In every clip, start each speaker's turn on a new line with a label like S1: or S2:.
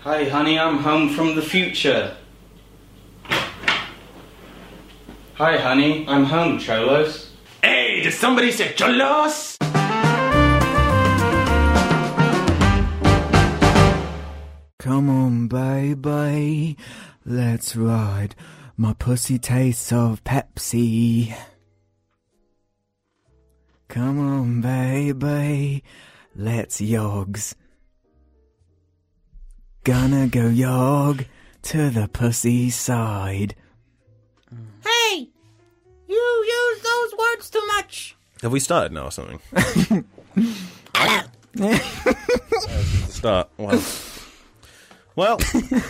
S1: Hi, honey, I'm home from the future. Hi, honey, I'm home, Cholos.
S2: Hey, did somebody say cholos?
S3: Come on, baby, let's ride. My pussy tastes of Pepsi. Come on, baby, let's yogs. Gonna go yog to the pussy side.
S4: Hey! You use those words too much!
S5: Have we started now or something?
S4: Hello!
S5: Start. Wow. Well,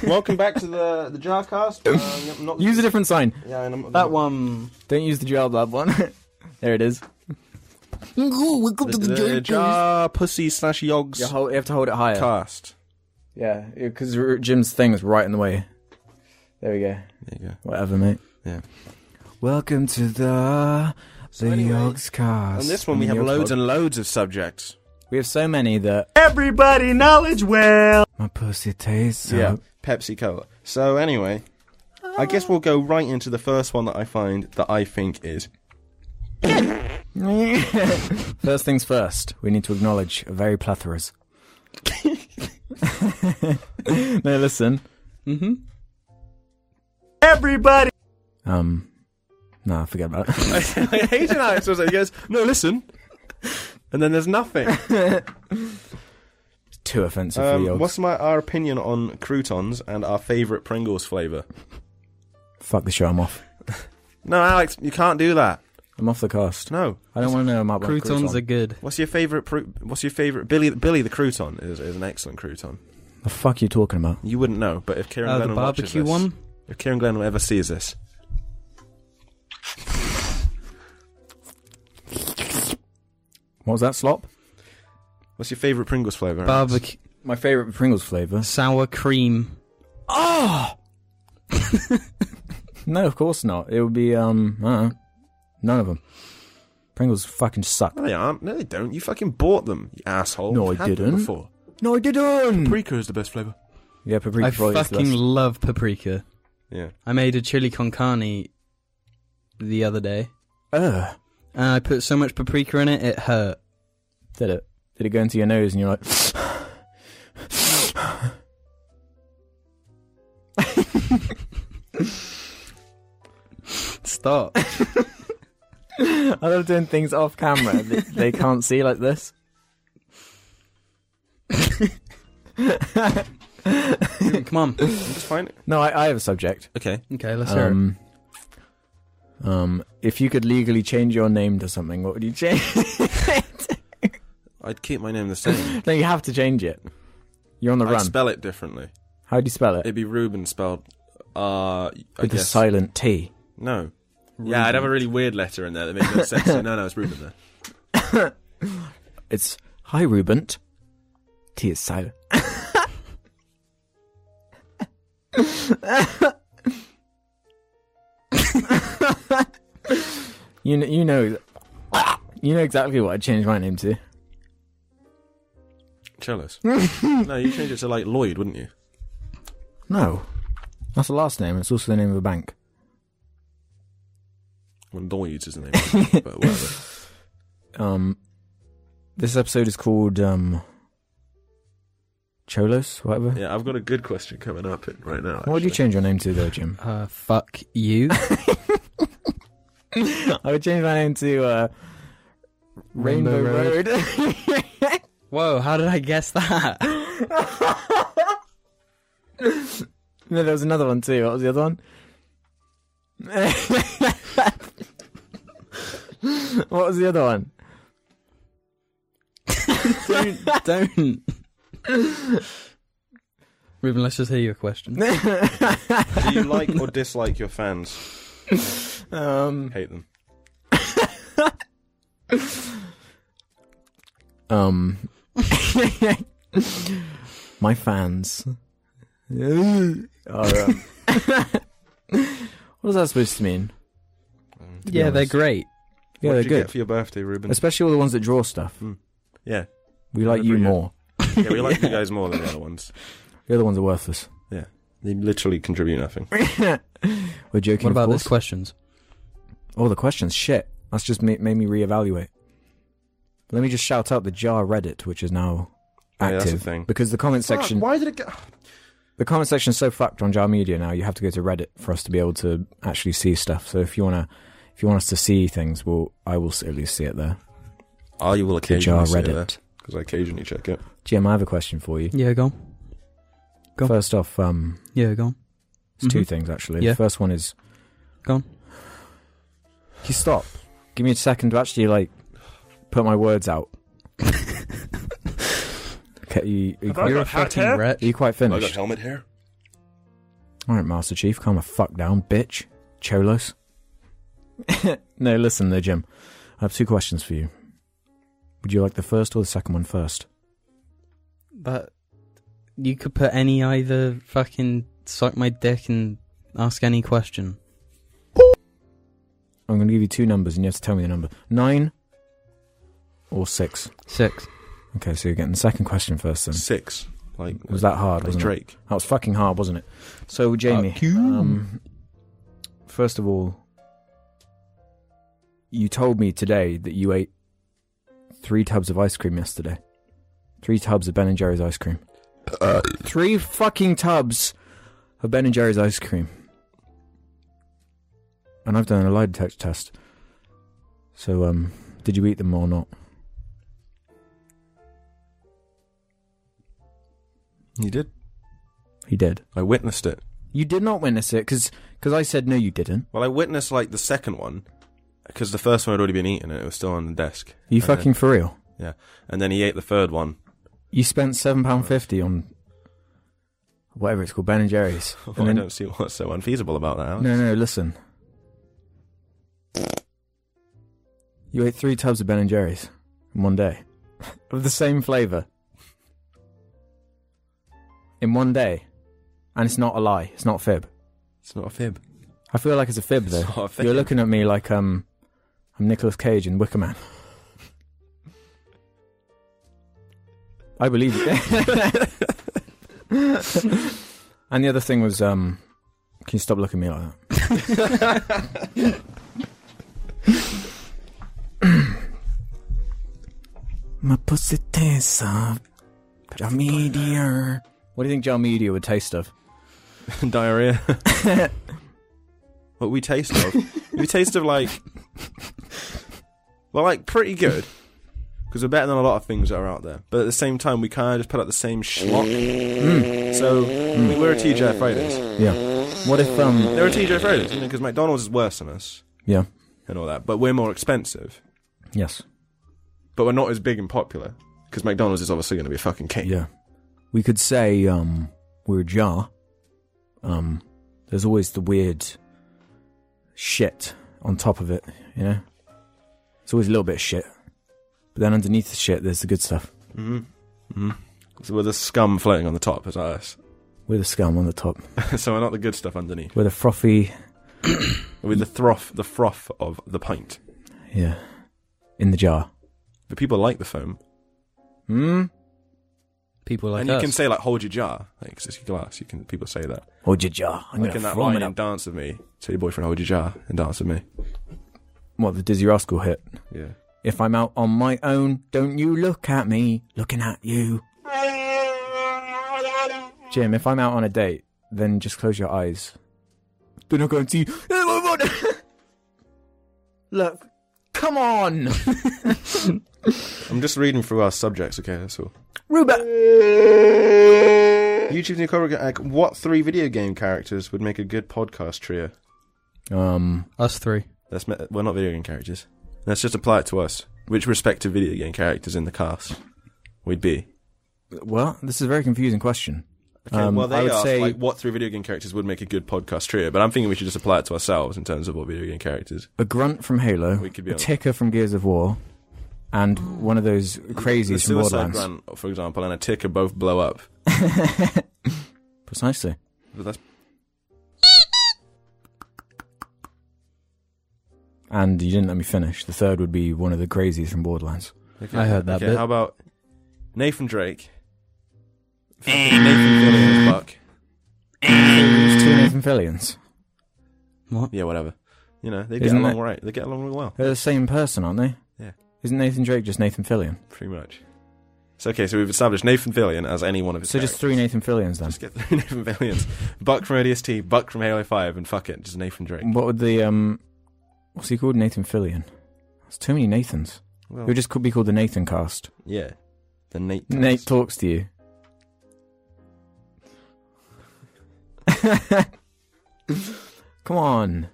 S5: welcome back to the the Jarcast. Uh, I'm not,
S3: Use a different sign.
S5: yeah, and I'm not
S3: That one. Don't use the Job Lab one. there it is.
S5: The, the, the jar pussy slash yogs
S3: You, hold, you have to hold it higher.
S5: cast.
S3: Yeah, because Jim's thing was right in the way. There we go.
S5: There you go.
S3: Whatever, mate.
S5: Yeah.
S3: Welcome to the the
S5: anyway,
S3: Yogs cast.
S5: On this one, we have loads and loads of subjects.
S3: we have so many that
S5: Everybody knowledge well.
S3: my pussy tastes.
S5: Yeah,
S3: up.
S5: Pepsi Cola. So anyway, I guess we'll go right into the first one that I find that I think is
S3: First things first, we need to acknowledge very plethoras. no, listen.
S2: Mm-hmm.
S5: everybody.
S3: Um, no, forget about it.
S5: I hate it how it sounds like he goes, no, listen. And then there's nothing.
S3: Too offensive for
S5: Um,
S3: Yogs.
S5: what's my our opinion on croutons and our favourite Pringles flavour?
S3: Fuck the show. I'm off.
S5: No, Alex, you can't do that.
S3: I'm off the cast.
S5: No.
S3: I don't want to know about my
S2: Croutons
S3: crouton.
S2: are good.
S5: What's your favourite? Pr- what's your favourite? Billy, Billy the crouton is, is an excellent crouton.
S3: The fuck you talking about?
S5: You wouldn't know, but if Kieran
S2: Uh, the
S5: Glennon watches
S2: barbecue
S5: this-
S2: one.
S5: if Kieran Glennon ever sees this,
S3: What was that slop?
S5: what's your favourite Pringles flavour? Alex?
S2: Barbecue.
S3: My favorite Pringles flavor.
S2: Sour cream. Ah!
S3: No, of course not. It would be um, I don't know. none of them. Pringles fucking suck.
S5: No, they aren't. No, they don't. You fucking bought them, you asshole.
S3: No,
S5: You've
S3: I
S5: had them
S3: didn't. Hmm.
S5: Before.
S3: No, I didn't.
S5: Paprika is the best flavour.
S3: yeah, paprika.
S2: I
S3: probably is the
S2: fucking
S3: best.
S2: love paprika.
S5: Yeah.
S2: I made a chili con carne the other day,
S3: Ugh.
S2: and I put so much paprika in it, it hurt.
S3: did it? Did it go into your nose and you're like?
S2: Stop.
S3: I love doing things off camera that they can't see like this.
S2: Come on.
S5: I'm just fine.
S3: No, I, I have a subject.
S5: Okay.
S2: Okay, let's hear
S3: Um, um, if you could legally change your name to something, what would you change?
S5: I'd keep my name the same.
S3: no, you have to change it. You're on the
S5: I'd
S3: run.
S5: spell it differently.
S3: How do you spell it?
S5: It'd be Ruben spelled. Uh, I
S3: With a
S5: guess.
S3: silent T.
S5: No. Yeah, I'd have a really weird letter in there that makes no sense. no, no, it's Ruben there.
S3: It's hi Ruben. T is silent. you know, you know, you know exactly what I changed my name to.
S5: Cholos. no, you change it to like Lloyd, wouldn't you?
S3: No, that's the last name. It's also the name of a bank.
S5: Well, Lloyd's is the name. but whatever.
S3: Um, this episode is called um, Cholos, whatever.
S5: Yeah, I've got a good question coming up in- right now.
S3: What would you
S5: actually.
S3: change your name to, though, Jim?
S2: it. Uh, fuck you.
S3: I would change my name to uh, Rainbow,
S2: Rainbow Road.
S3: Road.
S2: Whoa, how did I guess that?
S3: No, there was another one too. What was the other one? what was the other one?
S2: Don't. Ruben, let's just hear your question.
S5: Do you like or dislike your fans?
S3: Um,
S5: Hate them.
S3: um, my fans. are, um, what is that supposed to mean?
S2: Yeah, they're great.
S3: Yeah,
S5: what
S3: they're
S5: did
S3: good,
S5: you get for your birthday, Ruben?
S3: especially all the ones that draw stuff.
S5: Yeah.
S3: We like you
S5: Pretty good.
S3: more.
S5: Yeah, we like you guys more than the other ones.
S3: The other ones are worthless.
S5: Yeah. They literally contribute nothing.
S3: We're joking.
S2: What about
S3: of
S2: those
S3: course.
S2: questions?
S3: All Oh, the questions. Shit. That's just ma- made me reevaluate. Let me just shout out the jar Reddit, which is now
S5: Oh, yeah,
S3: active
S5: that's a thing.
S3: because the comment section
S5: Fuck, why did it go?
S3: the comment section's so fucked on Jar Media now. You have to go to Reddit for us to be able to actually see stuff. So if you wanna, if you want us to see things, well, I will at least see it there.
S5: Oh, you will
S3: The Jar
S5: occasionally see
S3: Reddit.
S5: because I occasionally check it.
S3: Jim, I have a question for you.
S2: Yeah, go. on. Go.
S3: First off, um,
S2: Yeah, go. on.
S3: it's two things actually.
S2: Yeah.
S3: The first one is,
S2: Go on.
S3: Can you stop. Give me a second to actually like put my words out. okay, you, you quite,
S2: You're a
S5: got hat
S2: fucking
S5: hair?
S2: wretch.
S3: are you quite
S5: I got
S3: finished?
S5: helmet hair.
S3: All right, Master Chief, calm the fuck down, bitch. Cholos. no, listen though, Jim. I have two questions for you. Would you like the first or the second one first?
S2: But you could put any either fucking suck my dick and ask any question.
S3: I'm going to give you two numbers, and you have to tell me the number nine or six.
S2: Six.
S3: Okay, so you're getting the second question first. Then
S5: Six. Like
S3: was that hard?
S5: like
S3: Wasn't it?
S5: Drake.
S3: That was fucking hard, wasn't it? So, Jamie, um, first of all, you told me today that you ate three tubs of ice cream yesterday. Three tubs of Ben and Jerry's ice cream. Uh, three fucking tubs of Ben and Jerry's ice cream. And I've done a lie detector test. So, um, did you eat them or not?
S5: You did.
S3: He did.
S5: I witnessed it.
S3: You did not witness it because I said no, you didn't.
S5: Well, I witnessed like the second one because the first one had already been eaten and it was still on the desk.
S3: Are you
S5: And
S3: fucking for real?
S5: then- yeah. And then he ate the third one.
S3: You spent seven pound fifty on whatever it's called, Ben and Jerry's.
S5: Well,
S3: And
S5: I
S3: then-
S5: don't see what's so unfeasible about that. Alex.
S3: no, no, listen. You ate three tubs of Ben and Jerry's in one day of the same flavour in one day, and it's not a lie. It's not a fib.
S5: It's not a fib.
S3: I feel like it's a fib though.
S5: not a fib.
S3: You're looking at me like um, I'm Nicolas Cage in Wicker Man. I believe it. and the other thing was, um, can you stop looking at me like that? My pussy tastes of Jar Media. What do you think Jar Media would taste of?
S5: Diarrhea. what we taste of? we taste of like, well, like pretty good because we're better than a lot of things that are out there. But at the same time, we kind of just put out the same schlock. So I
S3: Hmm.
S5: mean, we're a TJ Fridays.
S3: Mm. Yeah. What if um?
S5: They're a TJ Fridays, you know, because McDonald's is worse than us
S3: Yeah.
S5: and all that. But we're more expensive.
S3: Yes.
S5: But we're not as big and popular because McDonald's is obviously going to be a fucking king.
S3: Yeah. We could say um we're a jar. Um there's always the weird shit on top of it, you know? It's always a little bit of shit. But then underneath the shit there's the good stuff.
S5: Mm-hmm. So we're the scum floating on the top, is that us?
S3: We're the scum on the top.
S5: so we're not the good stuff underneath.
S3: We're the frothy
S5: We're the froth, the froth of the pint.
S3: yeah. In the jar.
S5: But people like the foam.
S3: Hmm?
S2: People like
S5: and
S2: us.
S5: you can say like hold your jar like 'cause it's your glass you can people say that
S3: Hold your jar. I'm
S5: like in
S3: gonna
S5: that
S3: from
S5: line
S3: it
S5: and
S3: up.
S5: dance with me tell your boyfriend hold your jar and dance with me
S3: What the Dizzy Rascal hit.
S5: yeah
S3: If I'm out on my own, don't you look at me, looking at you. Jim, if I'm out on a date, then just close your eyes. Then I'll go and see. Look, come on!
S5: I'm just reading through our subjects okay that's all
S3: Ruba!
S5: YouTube's new cover like, what three video game characters would make a good podcast trio
S3: Um,
S2: Us three.
S5: that's me- well not video game characters let's just apply it to us which respective video game characters in the cast we'd be
S3: well, this is a very confusing question.
S5: okay
S3: Um,
S5: well
S3: I
S5: they
S3: would
S5: asked
S3: say-
S5: like what three video game characters would make a good podcast trio but I'm thinking we should just apply it to ourselves in terms of what video game characters
S3: A grunt from Halo,
S5: We could be
S3: a
S5: honest.
S3: ticker from Gears of War, and one of those
S5: the
S3: crazies from
S5: Suicide
S3: Borderlands.
S5: Grunt for example and a ticker both blow up
S3: Precisely.
S5: but that's
S3: And you didn't let me finish. The third would be one of the crazies from Borderlands.
S2: I heard that
S5: Okay,
S2: bit.
S5: how about Nathan Drake? Fucking Nathan Fillion
S3: Pamphylians.
S2: What?
S5: Yeah, whatever. You know, they
S3: Isn't
S5: get along
S3: it-
S5: right. They get along really well,
S3: They're the same person, aren't they?
S5: Yeah.
S3: Isn't Nathan Drake just Nathan Fillion?
S5: pretty much. So okay, so we've established Nathan Fillion as any one of his.
S3: So just
S5: characters.
S3: three Nathan Fillions then.
S5: Just get three Nathan Fillions. Buck from ODST, Buck from Halo Five, and fuck it, just Nathan Drake.
S3: What would the um, what's he called? Nathan Fillion. There's too many Nathans.
S5: Well,
S3: It would just could be called the Nathan Cast.
S5: yeah, the Nate.
S3: Nate talks to you. Come on.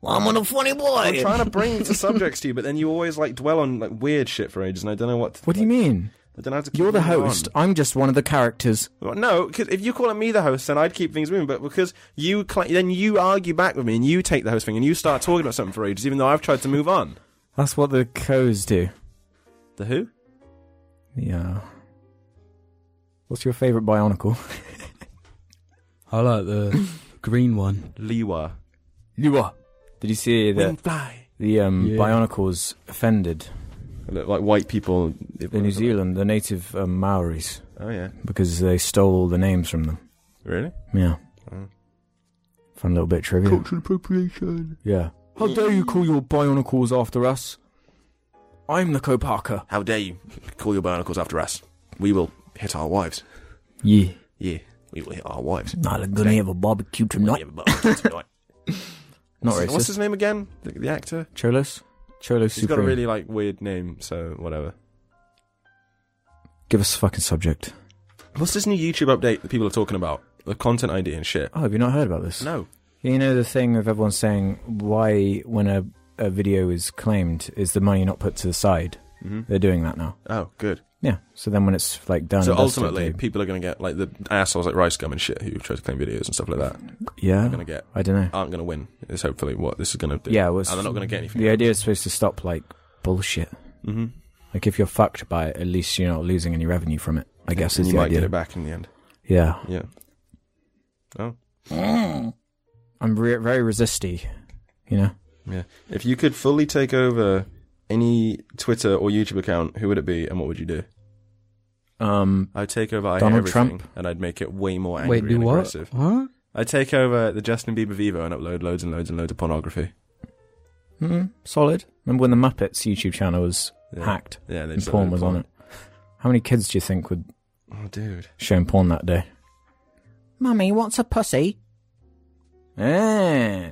S3: Well, I'm on a funny
S5: I'm
S3: boy.
S5: trying to bring the subjects to you, but then you always like dwell on like weird shit for ages, and I don't know what. To,
S3: What do you mean?
S5: I don't know how to. keep
S3: You're the
S5: moving on.
S3: host. I'm just one of the characters.
S5: Well, no, because if you call me the host, then I'd keep things moving. But because you cla then you argue back with me, and you take the host thing, and you start talking about something for ages, even though I've tried to move on.
S3: That's what the co's do.
S5: The who?
S3: Yeah. What's your favorite bionicle?
S2: I like the green one.
S5: Liwa.
S3: You are. Did you see that
S5: Windfly.
S3: the um,
S2: Yeah.
S3: bionicles offended
S5: Look Like white people
S3: the New Zealand, the native um, Maoris,
S5: Oh yeah,
S3: because they stole all the names from them?
S5: really?
S3: Yeah.
S5: Oh.
S3: Fun little bit of trivia.
S5: appropriation.
S3: Yeah. How dare you call your bionicles after us? I'm the Kopaka.
S5: How dare you call your barnacles after us? We will hit our wives.
S3: Yeah.
S5: Yeah, we will hit our wives.
S3: Not gonna have a barbecue
S5: We
S3: tonight.
S5: have a barbecue tonight.
S3: Not
S5: What's-
S3: racist.
S5: What's his name again? The, the actor.
S3: Cholos? Cholos
S5: He's got
S3: Supreme.
S5: a really like weird name, so whatever.
S3: Give us a fucking subject.
S5: What's this new YouTube update that people are talking about? The content ID and shit.
S3: Oh, have you not heard about this?
S5: No.
S3: You know the thing of everyone saying why when a, a video is claimed is the money not put to the side?
S5: Mhm.
S3: They're doing that now.
S5: Oh, good.
S3: Yeah. So then when it's like done.
S5: so
S3: and dusted,
S5: ultimately,
S3: they-
S5: people are going to get like the assholes like Rice Gum and shit who try to claim videos and stuff like that.
S3: yeah.
S5: Are going to get
S3: I don't know.
S5: aren't going to win. Is hopefully what this is going to do.
S3: Oh. yeah. It was,
S5: and they're not going to get anything.
S3: The idea is supposed to stop like bullshit.
S5: Mm-hmm.
S3: Like if you're fucked by it, at least you're not losing any revenue from it. I guess
S5: And
S3: is
S5: you
S3: the
S5: might
S3: idea.
S5: get it back in the end.
S3: Yeah, Mm.
S5: Yeah. Oh.
S3: I'm re- very resisty. You know,
S5: Yeah. If you could fully take over any Twitter or YouTube account, who would it be and what would you do?
S3: um,
S5: I'd take over I Hate
S3: Donald
S5: everything
S3: Trump.
S5: and I'd make it way more angry
S2: Wait, do
S5: and
S2: what?
S5: aggressive.
S2: What?
S5: I'd take over the Justin Bieber Vivo and upload loads and loads and loads of pornography.
S3: mm, solid. Remember when the Muppets YouTube channel was
S5: Yeah.
S3: hacked
S5: Yeah, they'd
S3: and
S5: just
S3: porn
S5: upload
S3: was on it? How many kids do you think would
S5: Oh, dude.
S3: shown porn that day?
S4: Mummy, what's a pussy?
S3: Eh.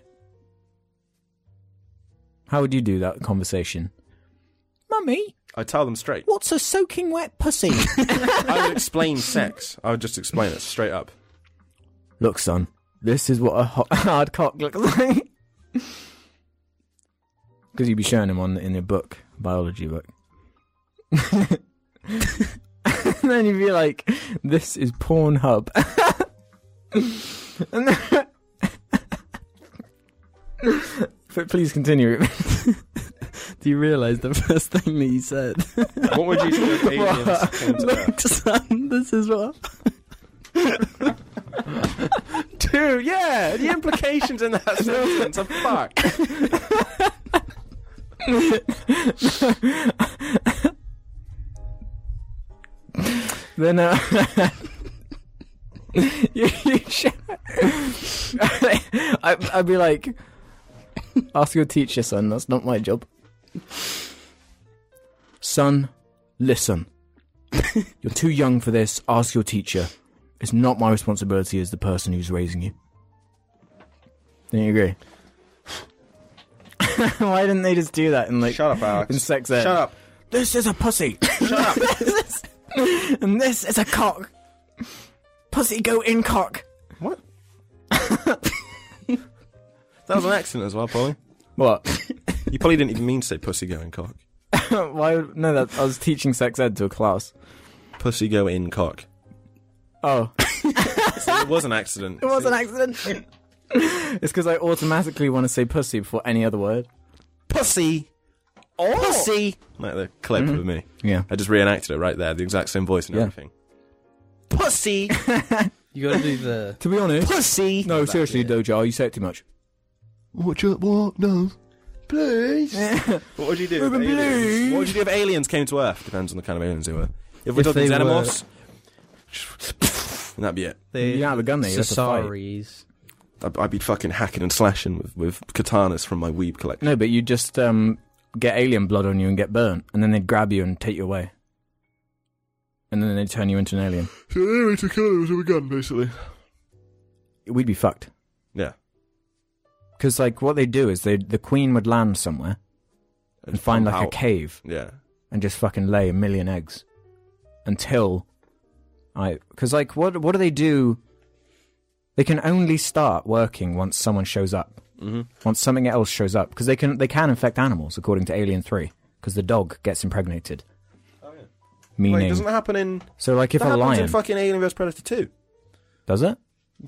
S3: How would you do that conversation?
S4: Mummy,
S5: I'd tell them straight.
S4: what's a soaking wet pussy?
S5: I would explain sex. I would just explain it straight up.
S3: Look, son, this is what a hot, hard cock looks like. Because you'd be showing him on in a book, biology book. and then you'd be like, "This is Pornhub." And then- but please continue.
S2: Do you realise the first thing that you said?
S5: What would you do if aliens came to Earth?
S2: Look, son, this is what.
S5: Dude, yeah, the implications in that sentence are fuck.
S3: Then uh, you, you sh- I, I'd be like, ask your teacher, son. That's not my job. Son, listen. You're too young for this. Ask your teacher. It's not my responsibility as the person who's raising you. Don't you agree? Why didn't they just do that in like
S5: Shut up, Alex.
S3: in sex ed?
S5: Shut up.
S3: This is a pussy.
S5: Shut up.
S3: And this is a cock. Pussy go in cock.
S5: What? that was an accident as well, Polly.
S3: What?
S5: You probably didn't even mean to say pussy go in cock.
S3: Why? would- No, that I was teaching sex ed to a class.
S5: Pussy go in cock.
S3: Oh,
S5: See, it was an accident.
S3: it was an accident. it's because I automatically want to say pussy before any other word.
S5: pussy.
S3: Oh.
S5: Pussy. Like the clip of me.
S3: Yeah.
S5: I just reenacted it right there, the exact same voice and
S3: Yeah.
S5: everything. Pussy.
S2: You gotta do the.
S3: To be honest,
S5: pussy.
S3: no, seriously, Doja, you say it too much.
S5: Watch up, what? No. Please. what would you do? If aliens? What would you do if aliens came to Earth? Depends on the kind of aliens they were. If we're
S2: If
S5: talking
S2: they were-
S5: xenomorphs, and that'd be it.
S3: You don't have a gun there. You have to fight.
S2: Cesaries.
S5: I'd, I'd be fucking hacking and slashing with, with katanas from my weeb collection.
S3: No, but you just um, get alien blood on you and get burnt, and then they'd grab you and take you away. And then they'd turn you into an alien.
S5: So anyway, to kill it was with a gun, basically.
S3: We'd be fucked.
S5: Yeah.
S3: Because, like, what they do is they the queen would land somewhere and find, like, a
S5: Out.
S3: cave
S5: Yeah.
S3: and just fucking lay a million eggs until I. Because, like, what, what do they do? They can only start working once someone shows up.
S5: Mhm.
S3: Once something else shows up. Because they can, they can infect animals, according to Alien 3. Because the dog gets impregnated.
S5: Oh, Wait,
S3: Meaning.
S5: doesn't that happen in?
S3: so, like, if
S5: that
S3: a
S5: happens
S3: lion.
S5: in fucking Alien vs Predator too.
S3: does it?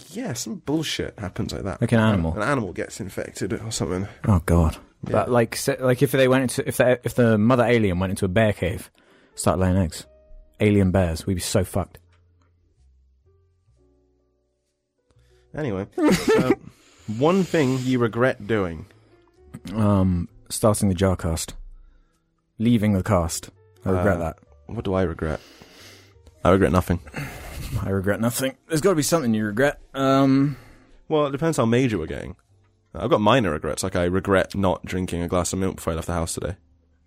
S5: Yeah, some bullshit happens like that.
S3: Like an animal.
S5: An animal gets infected or something.
S3: Oh god!
S5: Yeah.
S3: But like, s like if they went into if the if the mother alien went into a bear cave, start laying eggs, alien bears, we'd be so fucked.
S5: Anyway, so, one thing you regret doing.
S3: Um, starting the jar cast, leaving the cast. I regret
S5: Uh,
S3: that.
S5: What do I regret? I regret nothing.
S3: I regret nothing. There's got to be something you regret. Um,
S5: Well, it depends how major we're getting. I've got minor regrets. Like I regret not drinking a glass of milk before I left the house today.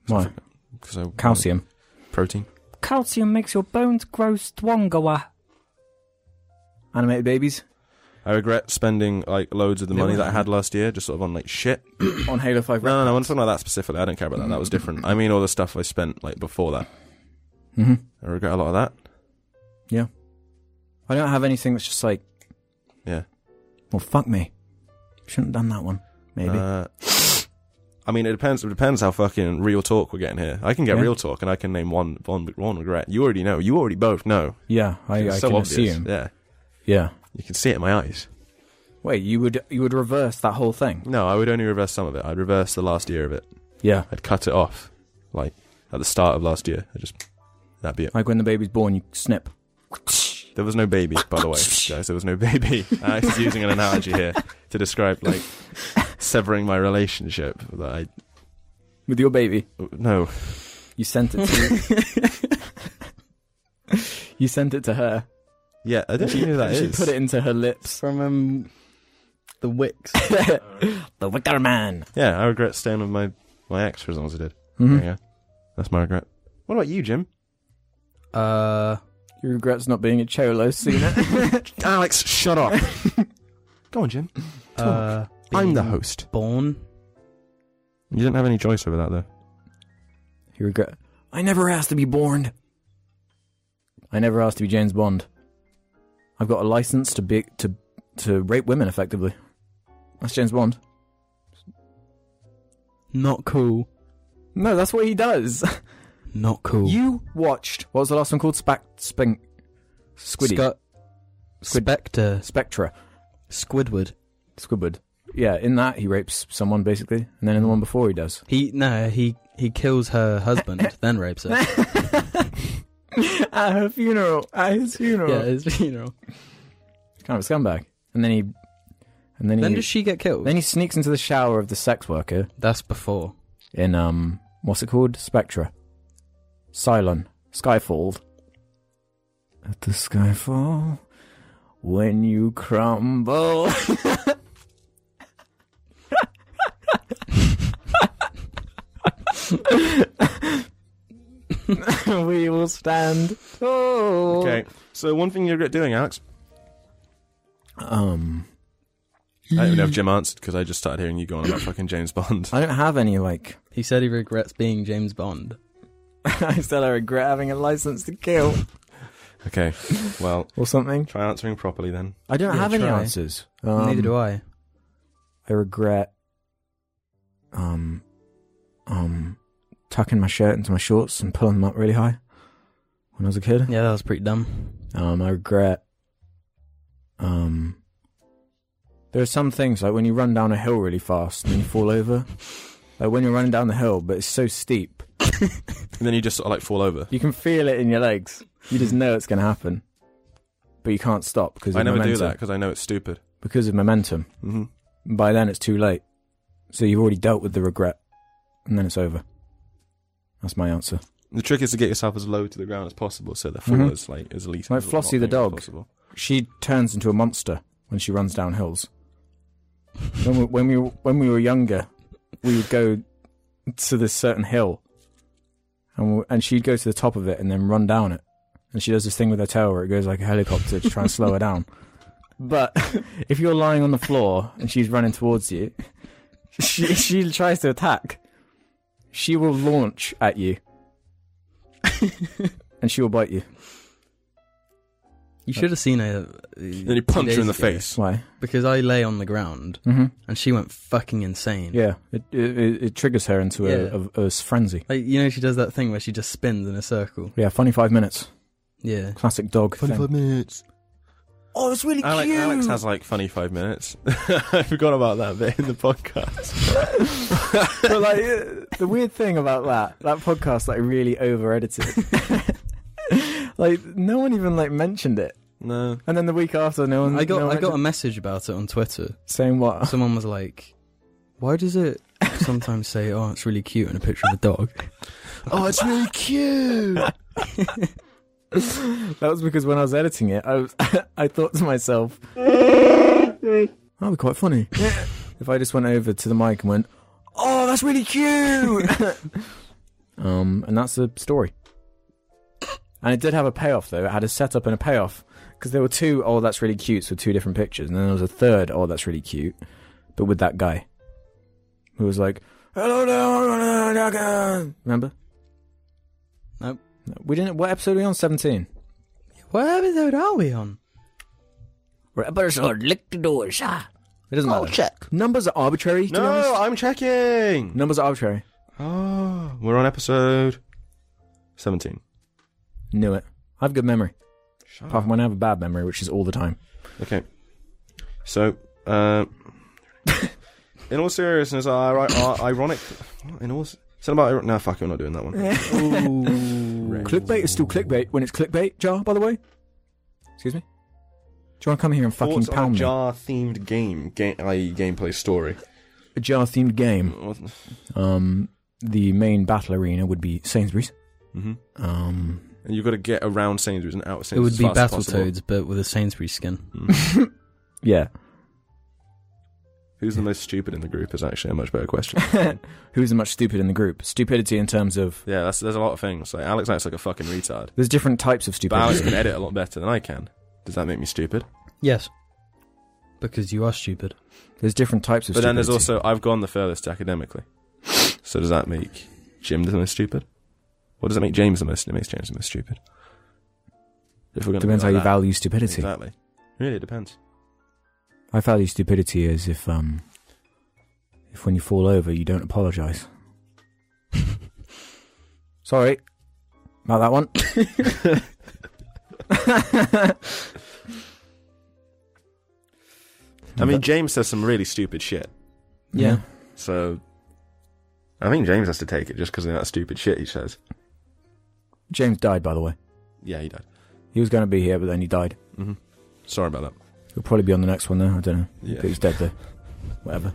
S3: why?
S5: Because I
S3: Calcium.
S5: protein.
S3: Calcium makes your bones grow stronger. Animated babies
S5: I regret spending like loads of the
S3: They
S5: money
S3: were-
S5: that I had last year just sort of on like shit.
S3: on Halo Five.
S5: No, no, no. I'm not talking about that specifically. I don't care about that. That was different. I mean, all the stuff I spent like before that.
S3: Mm-hmm.
S5: I regret a lot of that.
S3: I don't have anything that's just like,
S5: Yeah.
S3: well, fuck me. Shouldn't have done that one. Maybe.
S5: Uh, I mean, it depends. It depends how fucking real talk we're getting here. I can get
S3: Yeah.
S5: real talk, and I can name one, one, one regret. You already know. You already both know.
S3: yeah, I, I
S5: It's so
S3: can
S5: obvious.
S3: assume.
S5: Yeah,
S3: Yeah.
S5: you can see it in my eyes.
S3: Wait, you would you would reverse that whole thing?
S5: No, I would only reverse some of it. I'd reverse the last year of it.
S3: Yeah.
S5: I'd cut it off, like at the start of last year. I just that'd be it.
S3: Like when the baby's born, you snip.
S5: There was no baby, by the way, guys. There was no baby. I was using an analogy here to describe like severing my relationship. That I
S3: With your baby,
S5: no.
S3: you sent it to You sent it to her.
S5: Yeah, I don't even know who that
S3: and she
S5: is.
S3: put it into her lips.
S2: from um, the Wicks.
S3: The Wicker Man.
S5: Yeah, I regret staying with my my ex for as long as I did.
S3: Mhm.
S5: Yeah, that's my regret. What about you, Jim?
S2: uh,
S3: He regrets not being a cholo sooner.
S5: Alex, shut up. Go on, Jim.
S2: uh,
S5: I'm the
S2: being
S5: host.
S2: Born.
S5: You didn't have any choice over that, though.
S3: he regret. I never asked to be born. I never asked to be James Bond. I've got a license to be to to rape women effectively. That's James Bond.
S2: Not cool.
S3: No, that's what he does.
S2: Not cool.
S3: You watched what was the last one called? Spac Spink Squiddy
S2: Scut-
S3: Squid-
S2: Spectre.
S3: Spectra
S2: Squidward.
S3: Squidward. Yeah, in that he rapes someone basically, and then in the
S2: Mm.
S3: one before he does.
S2: He no. He he kills her husband, then rapes her.
S3: at her funeral, at his funeral,
S2: Yeah, his funeral.
S3: kind of a scumbag. And then he, and then,
S2: Then
S3: he,
S2: does she get killed?
S3: then he sneaks into the shower of the sex worker
S2: That's before.
S3: in um, what's it called? Spectra, Cylon, Skyfall. At the skyfall, when you crumble. we will stand. Oh.
S5: Okay. So one thing you regret doing, Alex.
S3: Um,
S5: I don't even know if Jim answered because I just started hearing you going about fucking James Bond.
S3: I don't have any like.
S2: He said he regrets being James Bond.
S3: I said I regret having a license to kill
S5: Okay. Well,
S3: or something.
S5: try answering properly then.
S3: I don't
S2: Yeah,
S3: have any
S2: try.
S3: answers. Um,
S2: Neither do I.
S3: I regret um um tucking my shirt into my shorts and pulling them up really high when I was a kid.
S2: Yeah, that was pretty dumb.
S3: Um I regret um there are some things like when you run down a hill really fast and then you fall over. Like when you're running down the hill but it's so steep,
S5: And then you just sort of like fall over.
S3: you can feel it in your legs. You just know it's going to happen. But you can't stop because of
S5: I never do
S3: momentum. Mm-hmm.
S5: that because I know it's stupid.
S3: Because of momentum.
S5: hmm
S3: By then it's too late. So you've already dealt with the regret and then it's over. That's my answer.
S5: The trick is to get yourself as low to the ground as possible so the fall
S3: Mhm.
S5: is like as least
S3: Like
S5: as
S3: Flossie the
S5: nothing as
S3: dog.
S5: possible.
S3: She turns into a monster when she runs down hills. when we, when we when we were younger, we would go to this certain hill, and we, and she'd go to the top of it and then run down it. And she does this thing with her tail where it goes like a helicopter to try and slow her down. But if you're lying on the floor and she's running towards you, she she tries to attack. She will launch at you, and she will bite you.
S2: You should have seen her. uh,
S5: Then you punch her in the face.
S3: Why?
S2: Because I lay on the ground
S3: Mm-hmm.
S2: and she went fucking insane.
S3: Yeah, it, it it- it triggers her into a, a, a frenzy.
S2: Like, you know, she does that thing where she just spins in a circle.
S3: Yeah, funny five minutes.
S2: Yeah.
S3: Classic dog thing.
S5: minutes.
S3: Oh, it's really
S5: Alex, Alex has like funny five minutes. I forgot about that bit in the podcast.
S3: but like uh, the weird thing about that that podcast, like really over edited. like no one even like mentioned it,
S5: No.
S3: and then the week after, no one.
S2: I got
S3: Um, no Oh. one
S2: I got a
S3: mentioned-
S2: message about it on Twitter.
S3: saying what?
S2: Someone was like, "Why does it sometimes say, oh, it's really cute' in a picture of a dog?"
S5: Oh, it's really cute.
S3: That was because when I was editing it, I was, I thought to myself, "That'd be quite funny if I just went over to the mic and went, oh, that's really cute." um, and that's the story. And it did have a payoff though. It had a setup and a payoff because there were two, oh, that's really cute, with two different pictures, and then there was a third, oh, that's really cute, but with that guy who was like, "Hello, there, remember?
S2: Nope.
S3: We didn't. What episode are we on? Seventeen.
S2: What episode are we on?
S3: Episode, lick the doors. Ah. It doesn't matter. check. Numbers are arbitrary. To be
S5: no,
S3: honest.
S5: I'm checking.
S3: numbers are arbitrary.
S5: Oh, we're on episode 17.
S3: Knew it. I have good memory. Apart from when I have a bad memory, which is all the time.
S5: Okay. So, uh, in all seriousness, our, our ironic. what? In all. s- Something about. ir- No, fuck, I'm not doing that one.
S3: Clickbait is still clickbait when it's clickbait, Jar. By the way, excuse me. Do you want to come here and fucking
S5: Thoughts on
S3: pound
S5: a
S3: me?
S5: jar themed game, game, i.e., gameplay story.
S3: A jar-themed game.
S5: Mm-hmm.
S3: Um, the main battle arena would be Sainsbury's. Um,
S5: mm-hmm. And you've got to get around Sainsbury's and out of
S2: It would
S5: Sainsbury's.
S2: be
S5: as fast as possible.
S2: Battletoads, but with a Sainsbury skin.
S3: yeah.
S5: Who's the most stupid in the group is actually a much better question.
S3: Who's the much stupid in the group? Stupidity in terms of
S5: yeah, that's, there's a lot of things. Like Alex acts like a fucking retard,
S3: there's different types of
S5: but Alex
S3: stupidity.
S5: can edit a lot better than I can. Does that make me stupid?
S2: Yes, because you are stupid.
S3: There's different types of.
S5: But then there's
S3: stupidity.
S5: also I've gone the furthest academically. So does that make Jim the most stupid? Or does it make James the most? It makes James the most stupid. If we're going
S3: depends how
S5: like
S3: you
S5: that.
S3: value stupidity.
S5: Exactly. Really, it depends.
S3: I value stupidity as if um if when you fall over you don't apologize. Sorry. About that one. Mm.
S5: I mean, James says some really stupid shit.
S3: Yeah.
S5: So I think James has to take it just because of that stupid shit he says.
S3: James died by the way.
S5: Yeah, he died.
S3: He was going to be here but then he died.
S5: Sorry about that.
S3: He'll probably be on the next one though, I don't know.
S5: Yeah.
S3: But he's dead though. Whatever.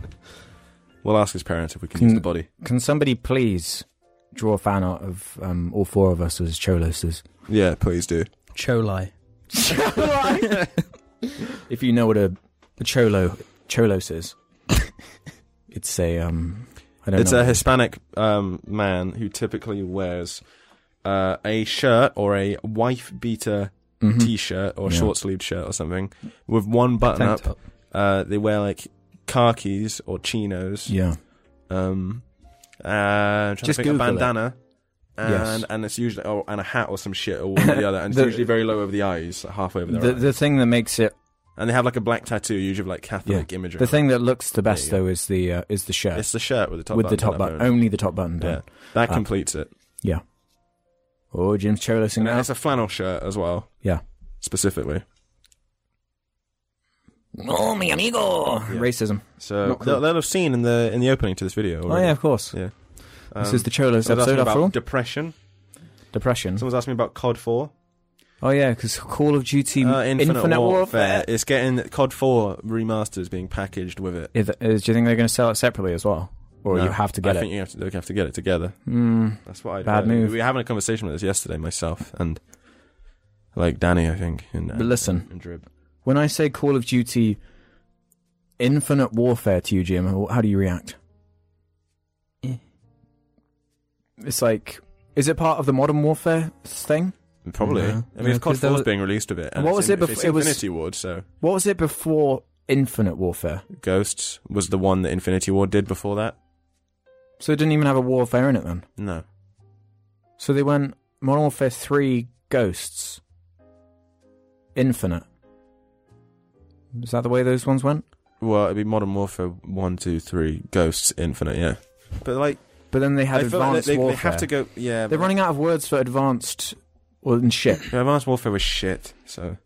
S5: We'll ask his parents if we can
S3: Can-
S5: use the body.
S3: Can somebody please draw a fan art of um, all four of us as cholosters?
S5: Yeah, please do.
S2: Cholai.
S3: If you know what a, a cholo cholos is. it's a um I don't
S5: It's
S3: know.
S5: a Hispanic um, man who typically wears uh, a shirt or a wife beater
S3: Mhm.
S5: t-shirt or
S3: Yeah.
S5: short sleeved shirt or something with one button
S2: Tank
S5: up.
S2: top.
S5: Uh, they wear like khakis or chinos.
S3: Yeah.
S5: Um, uh, I'm trying
S3: Just
S5: to think, a
S3: Google it.
S5: bandana. And,
S3: Yes.
S5: and it's usually oh, and a hat or some shit or one or the other, and it's
S3: The-
S5: usually very low over the eyes, like half over their
S3: The
S5: eyes.
S3: the thing that makes it
S5: and they have like a black tattoo, usually of like Catholic imagery.
S3: The thing that looks the best
S5: There
S3: though is the uh, is the shirt
S5: it's the shirt with the top
S3: with
S5: button
S3: the top
S5: down,
S3: button,
S5: bone.
S3: only the top button.
S5: yeah,
S3: Done.
S5: that
S3: Ah.
S5: completes it.
S3: Yeah. Oh, Jim's cholasing
S5: And
S3: now.
S5: it's a flannel shirt as well.
S3: Yeah.
S5: specifically.
S3: Oh, mi amigo. Racism.
S5: So
S3: Not cool.
S5: they'll, they'll have seen in the in the opening to this video.
S3: Oh
S5: Already.
S3: yeah, of course.
S5: Yeah.
S3: this
S5: Um,
S3: is the cholos
S5: someone's asking
S3: episode after
S5: me about
S3: all. Hmm.
S5: Depression.
S3: Depression.
S5: Someone's asking me about COD 4.
S3: Oh yeah, because Call of Duty
S5: Uh, Infinite, Warfare.
S3: Warfare.
S5: It's getting COD 4 remasters being packaged with it.
S3: Is, is- do you think they're going to sell it separately as well, or
S5: No,
S3: you have to get
S5: I
S3: it?
S5: think you have to, they have to get it together.
S3: Mm,
S5: That's what I
S3: Bad move.
S5: We were having a conversation with this yesterday, myself and like Danny, I think. And,
S3: But listen.
S5: and Drib.
S3: when I say Call of Duty infinite warfare to you, Jim, how how do you react?
S2: Eh.
S3: It's like, is it part of the modern warfare thing?
S5: Probably.
S2: No.
S5: I
S2: No,
S5: mean, if
S2: 'cause
S5: COD
S2: there
S5: 4 is
S2: was-
S5: being released of it, and
S3: What
S5: it's
S3: was
S5: in-
S3: it
S5: if
S3: bef-
S5: It's
S3: it was-
S5: Infinity Ward, so
S3: What was it before Infinite Warfare?
S5: Ghosts was the one that Infinity Ward did before that.
S3: So it didn't even have a warfare in it then.
S5: No,
S3: So they went Modern Warfare 3 Ghosts. Infinite. Is that the way those ones went?
S5: well, it'd be Modern Warfare one, two, three, Ghosts, Infinite, yeah. But like,
S3: But then they had
S5: I feel like
S3: Advanced
S5: they, they, they
S3: Warfare.
S5: have to go. Yeah,
S3: They're
S5: but-
S3: running out of words for advanced well, and shit.
S5: Yeah, Advanced Warfare was shit. So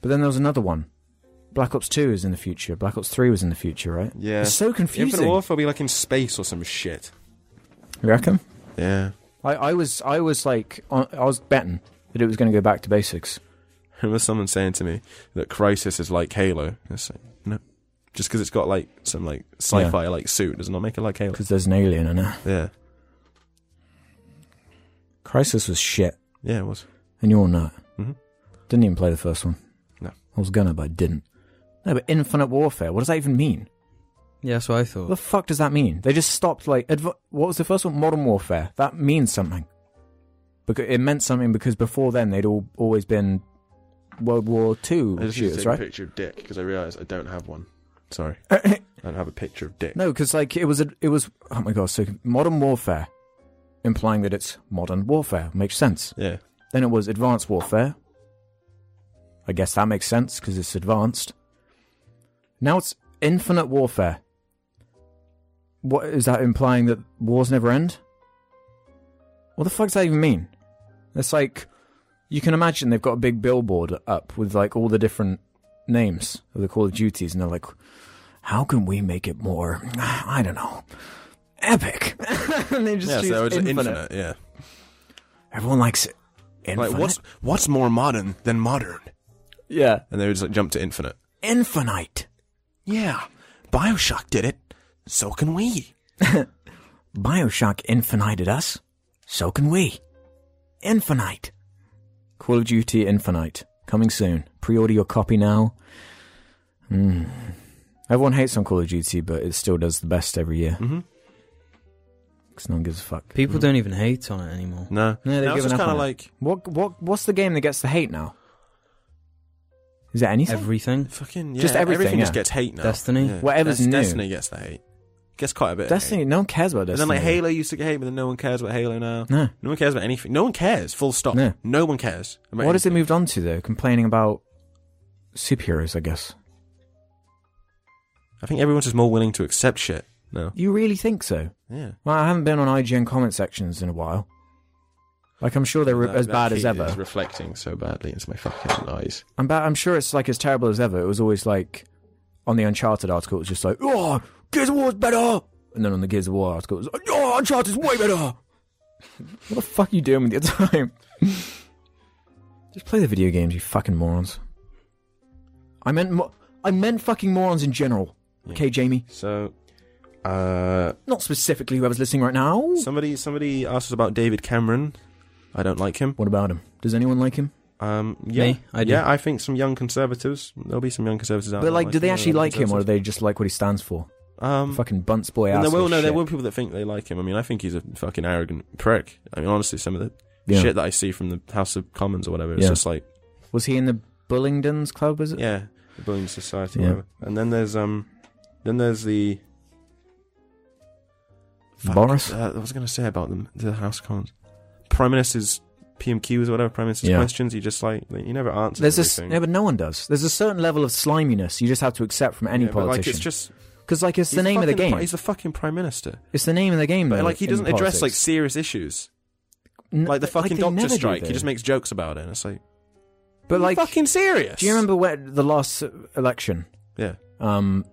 S3: But then there was another one. Black Ops 2 is in the future. Black Ops 3 was in the future, right?
S5: yeah,
S3: It's so confusing.
S5: Infinite Warfare will be like in space or some shit.
S3: You reckon?
S5: Yeah,
S3: I, I was I was like on, I was betting that it was going to go back to basics.
S5: I remember someone saying to me that Crisis is like Halo. It's like no, just because it's got like some like sci-fi like suit does not make it like Halo.
S3: Because there's an alien in it.
S5: Yeah,
S3: Crisis was shit,
S5: yeah, it was.
S3: and you're not.
S5: Mhm.
S3: Didn't even play the first one.
S5: No.
S3: I was gonna, but I didn't. No, but Infinite Warfare. What does that even mean?
S2: Yeah, that's what I
S3: What the
S2: thought.
S3: fuck does that mean? They just stopped like adv- what was the first one? Modern Warfare. That means something. Because it meant something because before then they'd all always been World War Two shooters, right?
S5: picture of Dick because I realised I don't have one. Sorry, I don't have a picture of Dick.
S3: No, because like it was a, it was oh my god, so modern warfare, implying that it's modern warfare makes sense.
S5: Yeah,
S3: Then it was advanced warfare. I guess that makes sense because it's advanced. Now it's infinite warfare. What is that implying that wars never end? What the fuck does that even mean? It's like you can imagine they've got a big billboard up with like all the different names of the Call of Duties, and they're like, "How can we make it more? I don't know, epic." and they just
S5: yeah.
S3: choose
S5: So it's
S3: infinite.
S5: infinite. yeah,
S3: Everyone likes it. Infinite.
S5: like what's what's more modern than modern?
S3: yeah
S5: And they would just like jump to infinite.
S3: infinite?
S5: Yeah, Bioshock did it. So can we.
S3: Bioshock infinited us, so can we. Infinite. Call of Duty Infinite. Coming soon. Pre order your copy now. Mm. Everyone hates on Call of Duty, but it still does the best every year.
S5: Mm-hmm.
S3: Because no one gives a fuck.
S2: People don't even hate on it anymore.
S5: No,
S3: No, they've
S5: Now it's
S3: given
S5: just
S3: up
S5: kind
S3: on
S5: of
S3: it.
S5: like
S3: What, what, what's the game that gets the hate now? Is that anything?
S2: Everything.
S5: fucking
S3: Just
S5: yeah,
S3: everything,
S5: just
S3: yeah.
S5: gets hate now.
S2: Destiny.
S5: yeah.
S3: Whatever's
S5: Des-
S3: new.
S5: Destiny gets the hate. Gets quite a bit. of
S3: Destiny,
S5: hate.
S3: no one cares about
S5: And
S3: Destiny.
S5: then like Halo used to get hate, but then no one cares about Halo now.
S3: No.
S5: No one cares about anything. No one cares. Full stop.
S3: No.
S5: No one cares. About
S3: What has it
S5: anything.
S3: moved on to, though? Complaining about superheroes, I guess.
S5: I think everyone's just more willing to accept shit now.
S3: You really think so?
S5: Yeah.
S3: Well, I haven't been on IGN comment sections in a while. Like, I'm sure they're
S5: That-
S3: as
S5: that
S3: bad as
S5: feed
S3: ever.
S5: is reflecting so badly into my fucking eyes.
S3: I'm, ba- I'm sure it's like as terrible as ever. It was always like on the Uncharted article, it was just like, oh, Gears of War's better. And then on the Gears of War article, it was like, oh, Uncharted's way better. what the fuck are you doing with your time? just play the video games, you fucking morons. I meant, mo- I meant fucking morons in general. Okay, Jamie.
S5: So, uh,
S3: Not specifically whoever's listening right now.
S5: somebody somebody asked us about David Cameron. I don't like him.
S3: What about him? Does anyone like him?
S5: Um, yeah,
S2: Me? I do.
S5: yeah, I think some young conservatives. There'll be some young conservatives out
S3: But
S5: there.
S3: like, do they actually
S5: the
S3: like him, or do
S5: Conservatives.
S3: they just like what he stands for?
S5: Um,
S3: Fucking bunts boy
S5: and
S3: ass.
S5: there will no, there will be people that think they like him. I mean, I think he's a fucking arrogant prick. I mean, honestly, some of the
S3: Yeah.
S5: shit that I see from the House of Commons or whatever, it's
S3: Yeah.
S5: just like,
S3: Was he in the Bullingdons Club? Was it?
S5: yeah, the bullying society, or
S3: Yeah.
S5: whatever. And then there's um, then there's the Fuck,
S3: Boris?
S5: Uh, I was going to say about them, the House of Commons, Prime Minister's PMQs or whatever, Prime Minister's
S3: Yeah.
S5: questions. You just like you never answer.
S3: There's this.
S5: everything.
S3: Yeah, but no one does. There's a certain level of sliminess you just have to accept from any
S5: Yeah, but, like it's
S3: politician.
S5: just
S3: Because like, it's
S5: he's
S3: the name of the
S5: fucking pri-
S3: game.
S5: he's the fucking prime minister.
S3: It's the name of the game.
S5: But
S3: though,
S5: like he
S3: in
S5: doesn't address like
S3: politics.
S5: serious issues,
S3: N-
S5: like the fucking
S3: they
S5: doctor
S3: never do,
S5: strike.
S3: though.
S5: He just makes jokes about it, and it's like,
S3: But like,
S5: fucking serious.
S3: do you remember when the last uh, election?
S5: Yeah,
S3: Um,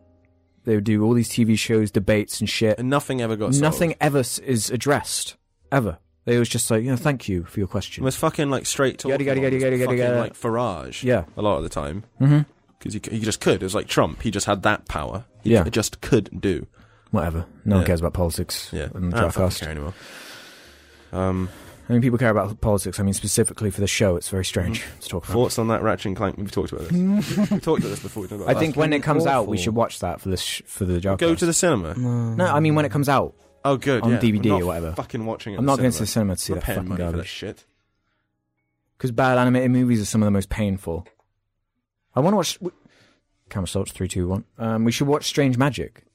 S3: they would do all these TV shows, debates, and shit.
S5: and nothing ever got
S3: Nothing
S5: Solved.
S3: ever s- is addressed ever. They was just like, you know, thank you for your
S5: It
S3: question.
S5: was fucking like straight talking.
S3: Yada, yada, yada,
S5: ones,
S3: yada, yada,
S5: fucking,
S3: yada.
S5: like Farage.
S3: Yeah.
S5: a lot of the time
S3: hmm
S5: because he, c- he just could. It was like Trump. He just had that power. He
S3: Yeah.
S5: c- just could do.
S3: Whatever. No one
S5: Yeah.
S3: cares about politics.
S5: Yeah, Ah,
S3: on the
S5: I don't fucking
S3: Dropcast.
S5: care anymore. Um,
S3: I mean, people care about politics. I mean, specifically for the show, it's very strange
S5: Mm-hmm.
S3: to talk about.
S5: Thoughts on that Ratchet and Clank? We've talked about this. We've talked about this before. We've done
S3: I
S5: about
S3: think
S5: that.
S3: when it comes out, we
S2: awful.
S3: should watch that for this sh- for the job.
S5: go to the cinema.
S3: no. I mean, when it comes out,
S5: Oh, good.
S3: On
S5: yeah.
S3: DVD
S5: I'm not
S3: or whatever.
S5: Fucking watching it.
S3: I'm
S5: in
S3: not
S5: the
S3: going to the cinema
S5: cinema.
S3: to see
S5: I'm
S3: that
S5: paying
S3: fucking
S5: money for this
S3: garbage.
S5: shit.
S3: Because bad animated movies are some of the most painful. I want to watch. w- Camera starts three, two, one. Um, we should watch Strange Magic.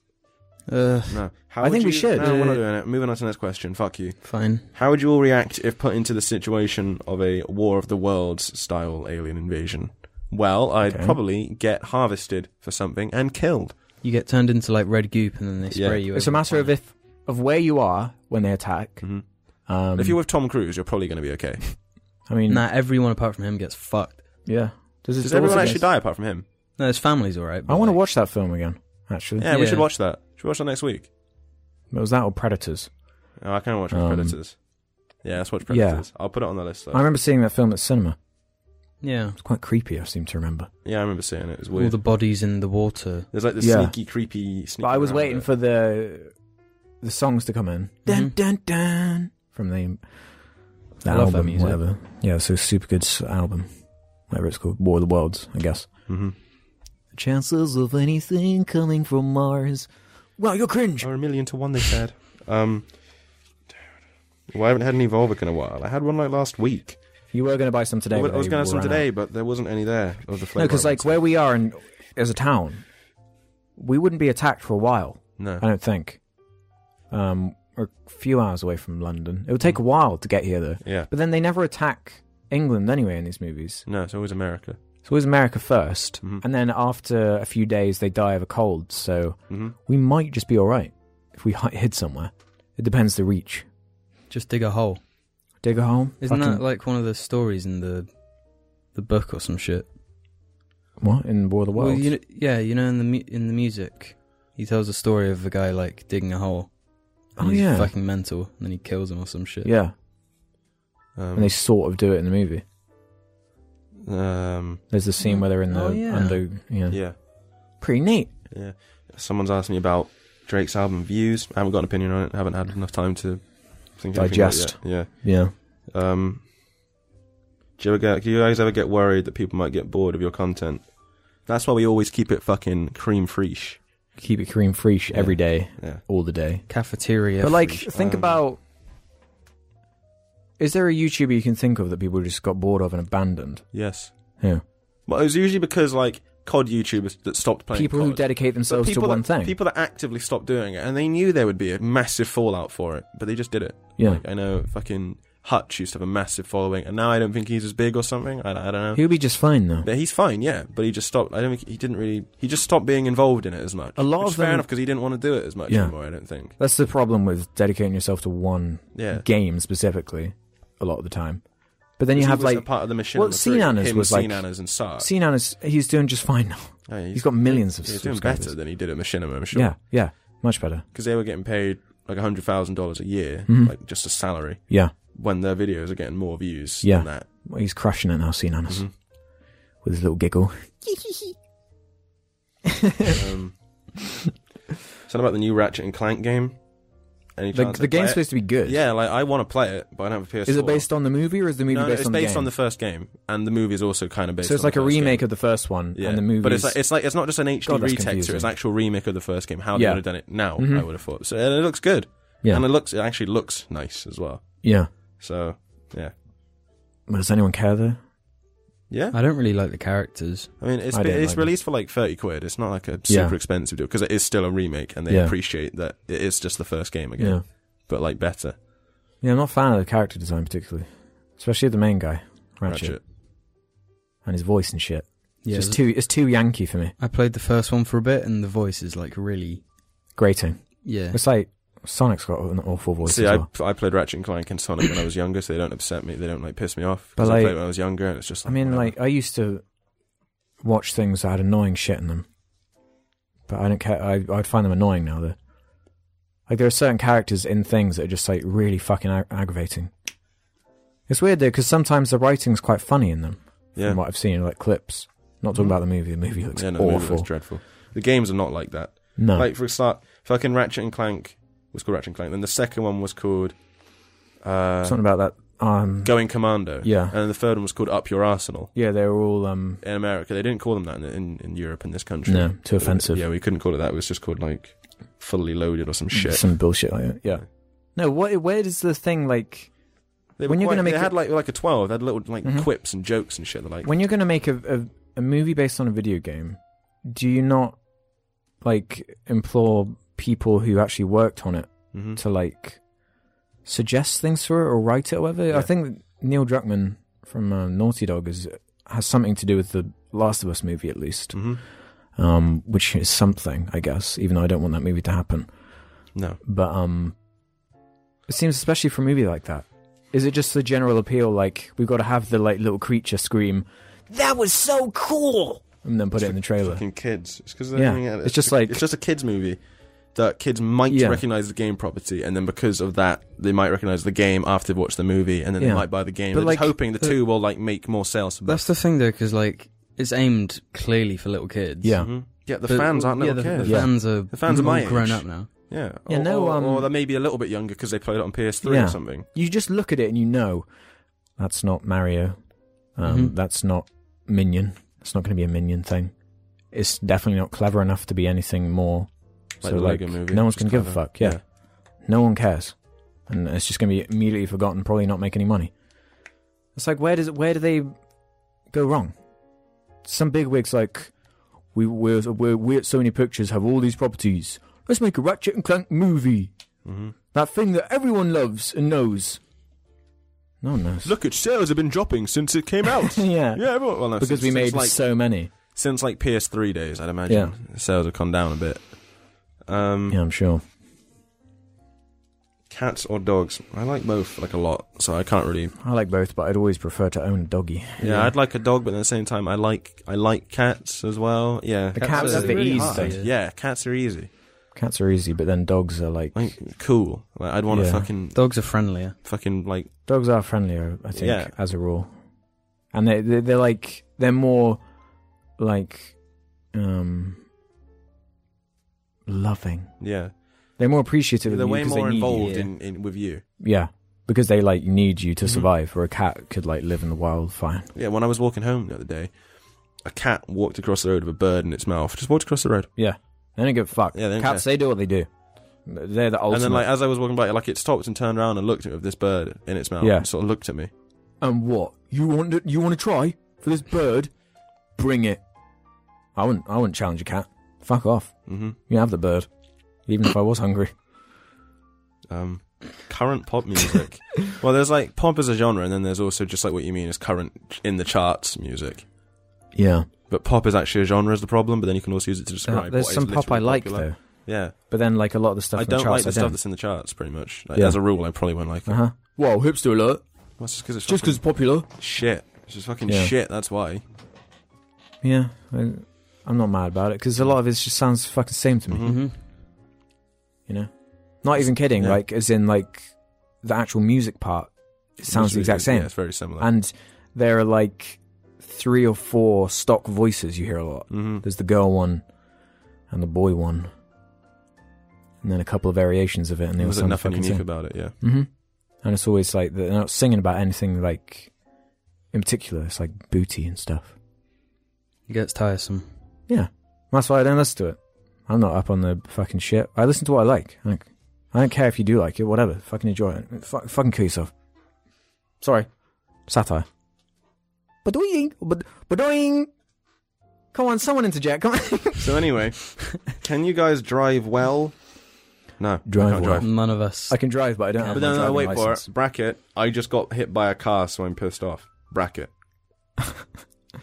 S2: Ugh,
S5: No. How
S3: I
S5: would
S3: think we
S5: you-
S3: should.
S5: No, we're
S3: Uh,
S5: not doing it. Moving on to the next question. Fuck you.
S2: fine.
S5: How would you all react if put into the situation of a War of the Worlds style alien invasion? Well, I'd
S3: Okay.
S5: probably get harvested for something and killed.
S2: You get turned into like red goop, and then they
S5: Yeah.
S2: spray you.
S3: It's a matter of if of where you are when they attack.
S5: Mhm.
S3: Um,
S5: if you're with Tom Cruise, you're probably going to be okay.
S3: I mean,
S2: Nah, everyone apart from him gets fucked.
S3: yeah. Does, it
S5: Does
S3: still
S5: everyone
S3: exist?
S5: actually die apart from him?
S2: No, his family's all right.
S3: I
S2: but,
S3: want to
S2: like,
S3: watch that film again. Actually,
S5: Yeah, we should
S2: Yeah.
S5: watch that. Should we watch that next week?
S3: it was that or Predators.
S5: Oh, I can't watch
S3: Um,
S5: Predators. Yeah, let's watch
S3: yeah.
S5: Predators. I'll put it on the list though.
S3: I remember seeing that film at cinema.
S2: Yeah,
S3: It's quite creepy. I seem to remember.
S5: yeah, I remember seeing it. It was
S2: all
S5: weird.
S2: the bodies in the water.
S5: There's like this
S3: Yeah.
S5: sneaky, creepy. Sneaky
S3: But I was waiting for the the songs to come in. Dun
S2: Mhm.
S3: dun dun from the that
S2: I love that
S3: album,
S2: music.
S3: whatever. Yeah, so super good s- album, whatever it's called, War of the Worlds, I guess.
S5: hmm
S3: Chances of anything coming from Mars. Wow, you're cringe.
S5: Or a million to one, they said. um, well, I haven't had an Evolvic in a while. I had one like last week.
S3: You were going to buy some today.
S5: I was
S3: but they
S5: going to have some
S3: ran
S5: today, but there wasn't any there of the
S3: out. No,
S5: flavor.
S3: because like where we are in as a town, we wouldn't be attacked for a while.
S5: no,
S3: I don't think. Um, we're a few hours away from London. It would take a while to get here though.
S5: yeah,
S3: But then they never attack England anyway in these movies.
S5: no, it's always America.
S3: It's always America 1st
S5: Mhm.
S3: and then after a few days they die of a cold. So
S5: Mm-hmm.
S3: we might just be all right if we hi- hid somewhere. It depends the reach.
S2: Just dig a hole.
S3: Dig a hole.
S2: Isn't
S3: fucking-
S2: that like one of the stories in the the book or some shit?
S3: what in War of the Worlds?
S2: Well, you know, yeah, you know, in the mu- in the music, he tells a story of a guy like digging a hole. And
S3: Oh,
S2: he's
S3: yeah.
S2: fucking mental, and then he kills him or some shit.
S3: yeah,
S5: Um,
S3: and they sort of do it in the movie.
S5: um,
S3: There's the scene where they're in the
S2: Oh, yeah.
S3: under. Yeah.
S5: yeah,
S3: pretty neat.
S5: yeah. Someone's asked me about Drake's album Views. I haven't got an opinion on it. I haven't had enough time to think anything about it
S3: Digest.
S5: yet. Yeah.
S3: Yeah,
S5: Um, do you ever get? Do you guys ever get worried that people might get bored of your content? That's why we always keep it fucking cream free.
S3: keep it cream free sh every day,
S5: Yeah.
S3: all the day.
S2: Cafeteria.
S3: but like,
S2: freak.
S3: think
S5: Um,
S3: about. Is there a YouTuber you can think of that people just got bored of and abandoned?
S5: Yes.
S3: Yeah.
S5: But it was usually because like COD YouTubers that stopped playing.
S3: people who
S5: COD.
S3: dedicate
S5: But
S3: themselves to
S5: people
S3: one
S5: that,
S3: thing.
S5: People that actively stopped doing it, and they knew there would be a massive fallout for it, but they just did it.
S3: yeah.
S5: Like I know fucking Hutch used to have a massive following, and now I don't think he's as big or something. I, I don't know.
S3: He'll be just fine though.
S5: But he's fine, uh, yeah. But he just stopped. I don't think he didn't really. He just stopped being involved in it as much.
S3: A lot
S5: which
S3: of
S5: is fair
S3: them-
S5: enough because he didn't want to do it as much
S3: Yeah.
S5: anymore. I don't think.
S3: That's the problem with dedicating yourself to one
S5: Yeah.
S3: game specifically, a lot of the time. But then you
S5: He
S3: have
S5: was
S3: like
S5: a part of the mission.
S3: well,
S5: on the three.
S3: Cnanas
S5: Him,
S3: was, like-
S5: Cnanas and Sark.
S3: Sinan is he's doing just fine now.
S5: Oh, yeah, he's,
S3: He's got millions of
S5: he's doing
S3: subscribers.
S5: better than he did at Machinima, I'm sure.
S3: Yeah, yeah, much better.
S5: because they were getting paid like hundred thousand dollars a year,
S3: Mm-hmm.
S5: like just a salary,
S3: Yeah,
S5: when their videos are getting more views
S3: Yeah.
S5: than that.
S3: well, he's crushing it now, Sinan
S5: Mm-hmm.
S3: is, with his little giggle.
S5: Um, something about the new Ratchet and Clank game. Any
S3: The,
S5: chance
S3: the
S5: I play
S3: game's
S5: it?
S3: supposed to be good.
S5: Yeah, like I want to play it, but I don't have a PS4.
S3: Is it based on the movie or is the movie
S5: No, no,
S3: based
S5: it's
S3: on
S5: based
S3: the game?
S5: on the first game, and the movie is also kind of based.
S3: so it's
S5: on
S3: like
S5: the
S3: a
S5: first game.
S3: remake of the first one
S5: Yeah,
S3: and the movie.
S5: But it's like it's like it's not just an HD
S3: God, that's
S5: retexture; it's
S3: confusing.
S5: an actual remake of the first game. How they
S3: Yeah.
S5: would have done it now,
S3: Mhm.
S5: I would have thought. So and it looks good,
S3: yeah,
S5: and it looks it actually looks nice as well.
S3: yeah.
S5: So yeah,
S3: But does anyone care though?
S5: yeah.
S2: I don't really like the characters.
S5: I mean, it's
S3: I
S5: been-
S3: don't
S5: it's
S3: like
S5: released for like thirty quid. It's not like a
S3: Yeah.
S5: super expensive deal because it is still a remake, and they
S3: Yeah.
S5: appreciate that it is just the first game again,
S3: Yeah,
S5: but like better.
S3: yeah. I'm not a fan of the character design particularly, especially the main guy, Ratchet.
S5: Ratchet.
S3: and his voice and shit. It's
S2: Yeah,
S3: just too it's too Yankee for me.
S2: I played the first one for a bit, and the voice is like really,
S3: Grating.
S2: yeah.
S3: It's like Sonic's got an awful voice
S5: See,
S3: as
S5: I,
S3: well.
S5: I played Ratchet and Clank and Sonic when I was younger, so they don't upset me. They don't like piss me off.
S3: But,
S5: Because I
S3: like-
S5: played when I was younger, and it's just.
S3: I
S5: Like,
S3: mean,
S5: whatever.
S3: like I used to watch things that had annoying shit in them, but I don't care. I I'd find them annoying now though. Like there are certain characters in things that are just like really fucking ag- aggravating. It's weird though, because sometimes the writing's quite funny in them.
S5: yeah, Mm-hmm.
S3: From what I've seen, like clips. Not talking about the movie. The movie looks
S5: yeah, no, the movie
S3: awful.
S5: was dreadful. The games are not like that.
S3: no,
S5: Like for a start, fucking Ratchet and Clank was called Ratchet and Clank. Then the second one was called. Uh,
S3: something about that um,
S5: Going Commando.
S3: Yeah.
S5: And the third one was called Up Your Arsenal
S3: yeah, they were all um,
S5: in America. They didn't call them that in, in, in Europe in this country.
S3: no, too offensive.
S5: Yeah, we couldn't call it that. It was just called like fully loaded or some shit.
S3: Some bullshit like that. Yeah. No, what? Where does the thing like
S5: They were
S3: When you're
S5: quite-
S3: gonna make
S5: they
S3: it-
S5: had like like a twelve. They had little like
S3: Mhm.
S5: quips and jokes and shit. They're like
S3: when you're going to make a, a a movie based on a video game? Do you not like implore people who actually worked on it
S5: Mhm.
S3: to like suggest things for it or write it or whatever?
S5: Yeah.
S3: I think Neil Druckmann from uh, Naughty Dog is has something to do with the Last of Us movie at least,
S5: Mhm.
S3: um, which is something, I guess. Even though I don't want that movie to happen.
S5: no.
S3: but um it seems especially for a movie like that is it just the general appeal like we've got to have the like little creature scream that was so cool and then put it in the trailer
S5: Fucking kids. It's because they're
S3: Yeah.
S5: doing it.
S3: It's just like-
S5: it's just a kids movie that kids might
S3: Yeah.
S5: recognize the game property, and then because of that, they might recognize the game after they've watched the movie, and then they
S3: Yeah.
S5: might buy the game.
S3: But,
S5: they're just
S3: like,
S5: hoping the
S2: the-
S5: two will like make more sales. But
S2: That's the thing though, because like it's aimed clearly for little kids.
S3: yeah
S5: Mhm. yeah, the
S2: But-
S5: fans aren't
S2: yeah,
S5: little
S2: the,
S5: kids.
S2: The
S5: yeah.
S2: fans are
S5: The fans are
S2: all
S5: my
S2: grown
S5: age.
S2: up now.
S5: Or,
S3: Yeah, no,
S5: or,
S3: um,
S5: or they may be a little bit younger because they played it on PS3
S3: Yeah.
S5: or something.
S3: you just look at it and you know that's not mario um
S5: Mm-hmm.
S2: Mhm.
S3: that's not minion it's not going to be a minion thing it's definitely not clever enough to be anything more
S5: Like
S3: so
S5: the
S3: like
S5: Lego movie,
S3: no one's
S5: which
S3: going
S5: is
S3: to give a
S5: clever.
S3: fuck yeah.
S5: Yeah.
S3: no one cares and it's just going to be immediately forgotten probably not make any money it's like where does where do they go wrong some big wigs like we we're, we're, we at sony pictures have all these properties let's make a ratchet and clank movie
S5: Mhm.
S3: that thing that everyone loves and knows no one knows
S5: Look at sales have been dropping since it came out.
S3: yeah,
S5: yeah, everyone, well, no,
S3: because
S5: since-
S3: we made
S5: since, like,
S3: so many
S5: since like PS3 days, I'd imagine sales have come down a bit. Um,
S3: yeah i'm sure
S5: Cats or dogs? I like both like a lot, so I can't really.
S3: i like both but i'd always prefer to own a doggy
S5: Yeah, I'd like a dog, but at the same time, I like I like cats as well. Yeah,
S3: The cats
S2: are the ease,
S5: hard.
S2: though.
S5: Yeah, cats are easy.
S3: cats are easy but then dogs are like
S5: Like cool. Like, I'd want to
S3: Yeah.
S5: fucking
S2: Dogs are friendlier.
S5: fucking like
S3: Dogs are friendlier, I think,
S5: Yeah.
S3: as a rule, and they, they they're like they're more like um loving.
S5: yeah.
S3: They're more appreciative of
S5: They're
S3: you
S5: way
S3: 'cause
S5: more
S3: they need
S5: involved
S3: you.
S5: in, in with you.
S3: Yeah, because they like need you to
S5: Mhm.
S3: survive. Where a cat could like live in the wild fine.
S5: Yeah, when I was walking home the other day, a cat walked across the road with a bird in its mouth. Just walked across the road,
S3: They don't give a fuck.
S5: Yeah, they don't
S3: Cats, they do what they do. They're the ultimate.
S5: and then like as I was walking by, like it stopped and turned around and looked at me with this bird in its mouth.
S3: Yeah.
S5: and sort of looked at me.
S3: and what you want? To, you want to try for this bird? Bring it. I wouldn't. I wouldn't challenge a cat. Fuck off.
S5: hmm
S3: You have the bird. Even if I was hungry.
S5: um, current pop music. well, there's like pop as a genre, and then there's also just like what you mean is current in the charts music.
S3: Yeah.
S5: But pop is actually a genre is the problem. But then you can also use it to
S3: Uh,
S5: describe.
S3: there's
S5: what
S3: some
S5: is
S3: pop I
S5: literally
S3: like
S5: popular.
S3: though,
S5: Yeah,
S3: but then like a lot of the stuff
S5: I
S3: in the
S5: don't
S3: charts,
S5: like
S3: I
S5: the stuff that's in the charts. Pretty much, like,
S3: Yeah.
S5: as a rule, I probably won't like it.
S3: Uh huh. Whoa, hipster alert!
S5: Well, it's just because it's
S3: Just because
S5: fucking
S3: it's popular.
S5: shit. It's just fucking
S3: Yeah.
S5: shit. That's why.
S3: Yeah, I, I'm not mad about it because a lot of it just sounds fucking same to me.
S5: Mhm.
S2: Mm-hmm.
S3: You know, not even kidding.
S5: Yeah.
S3: Like as in like the actual music part it sounds the
S5: It's
S3: exact
S5: really-
S3: same,
S5: Yeah, it's very similar.
S3: and there are like three or four stock voices you hear a lot.
S5: hmm
S3: There's the girl one, and the boy one, and then a couple of variations of it, and they all
S5: There's
S3: sound the
S5: nothing
S3: fucking
S5: unique
S3: same.
S5: about it. Yeah.
S3: hmm And it's always like they're not singing about anything like in particular. It's like booty and stuff.
S2: It gets tiresome.
S3: That's why I don't listen to it. I'm not up on the fucking shit. I listen to what I like. I don't, I don't care if you do like it. Whatever. Fucking enjoy it. Fu- fucking kill yourself. Sorry. Satire. Badoing. Bad- Badoing. Come on, someone interject. Come on.
S5: So anyway, can you guys drive well? No,
S3: Drive
S5: I can't
S3: well.
S5: drive.
S2: None of us.
S3: I can drive, but I don't have
S5: But
S3: a
S5: no,
S3: driving
S5: no, no, wait
S3: license.
S5: for it. Bracket. I just got hit by a car, so I'm pissed off. Bracket.
S3: You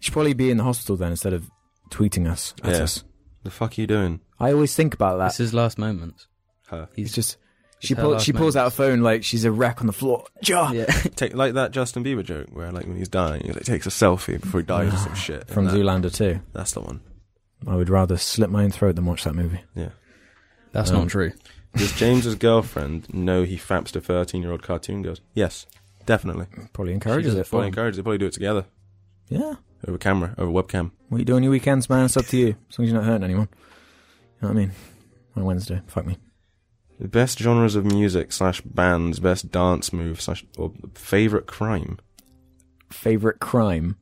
S3: should probably be in the hospital then instead of tweeting us. At
S5: Yeah.
S3: us.
S5: The fuck are you doing?
S3: I always think about that.
S2: It's his last moments.
S5: Her.
S2: He's
S3: It's just
S2: it's
S3: she
S2: her
S3: pulls
S2: last
S3: she pulls out a phone like she's a wreck on the floor. Jar
S2: yeah.
S5: Take like that Justin Bieber joke where like when he's dying, he like, takes a selfie before he dies or some shit.
S3: from
S5: And that-
S3: Zoolander too.
S5: That's the one.
S3: I would rather slit my own throat than watch that movie.
S2: That's
S3: Um,
S2: not true.
S5: Does James's girlfriend know he faps to thirteen-year-old cartoon girls? Yes, definitely.
S3: Probably encourages
S2: She
S3: it.
S5: Probably encouraged. They probably do it together
S3: Yeah.
S5: over camera, over webcam.
S3: What you do on your weekends, man? It's up to you. As long as you're not hurting anyone. You know what I mean? On Wednesday, fuck me.
S5: The Best genres of music slash bands, best dance move slash or favorite crime.
S3: Favorite crime.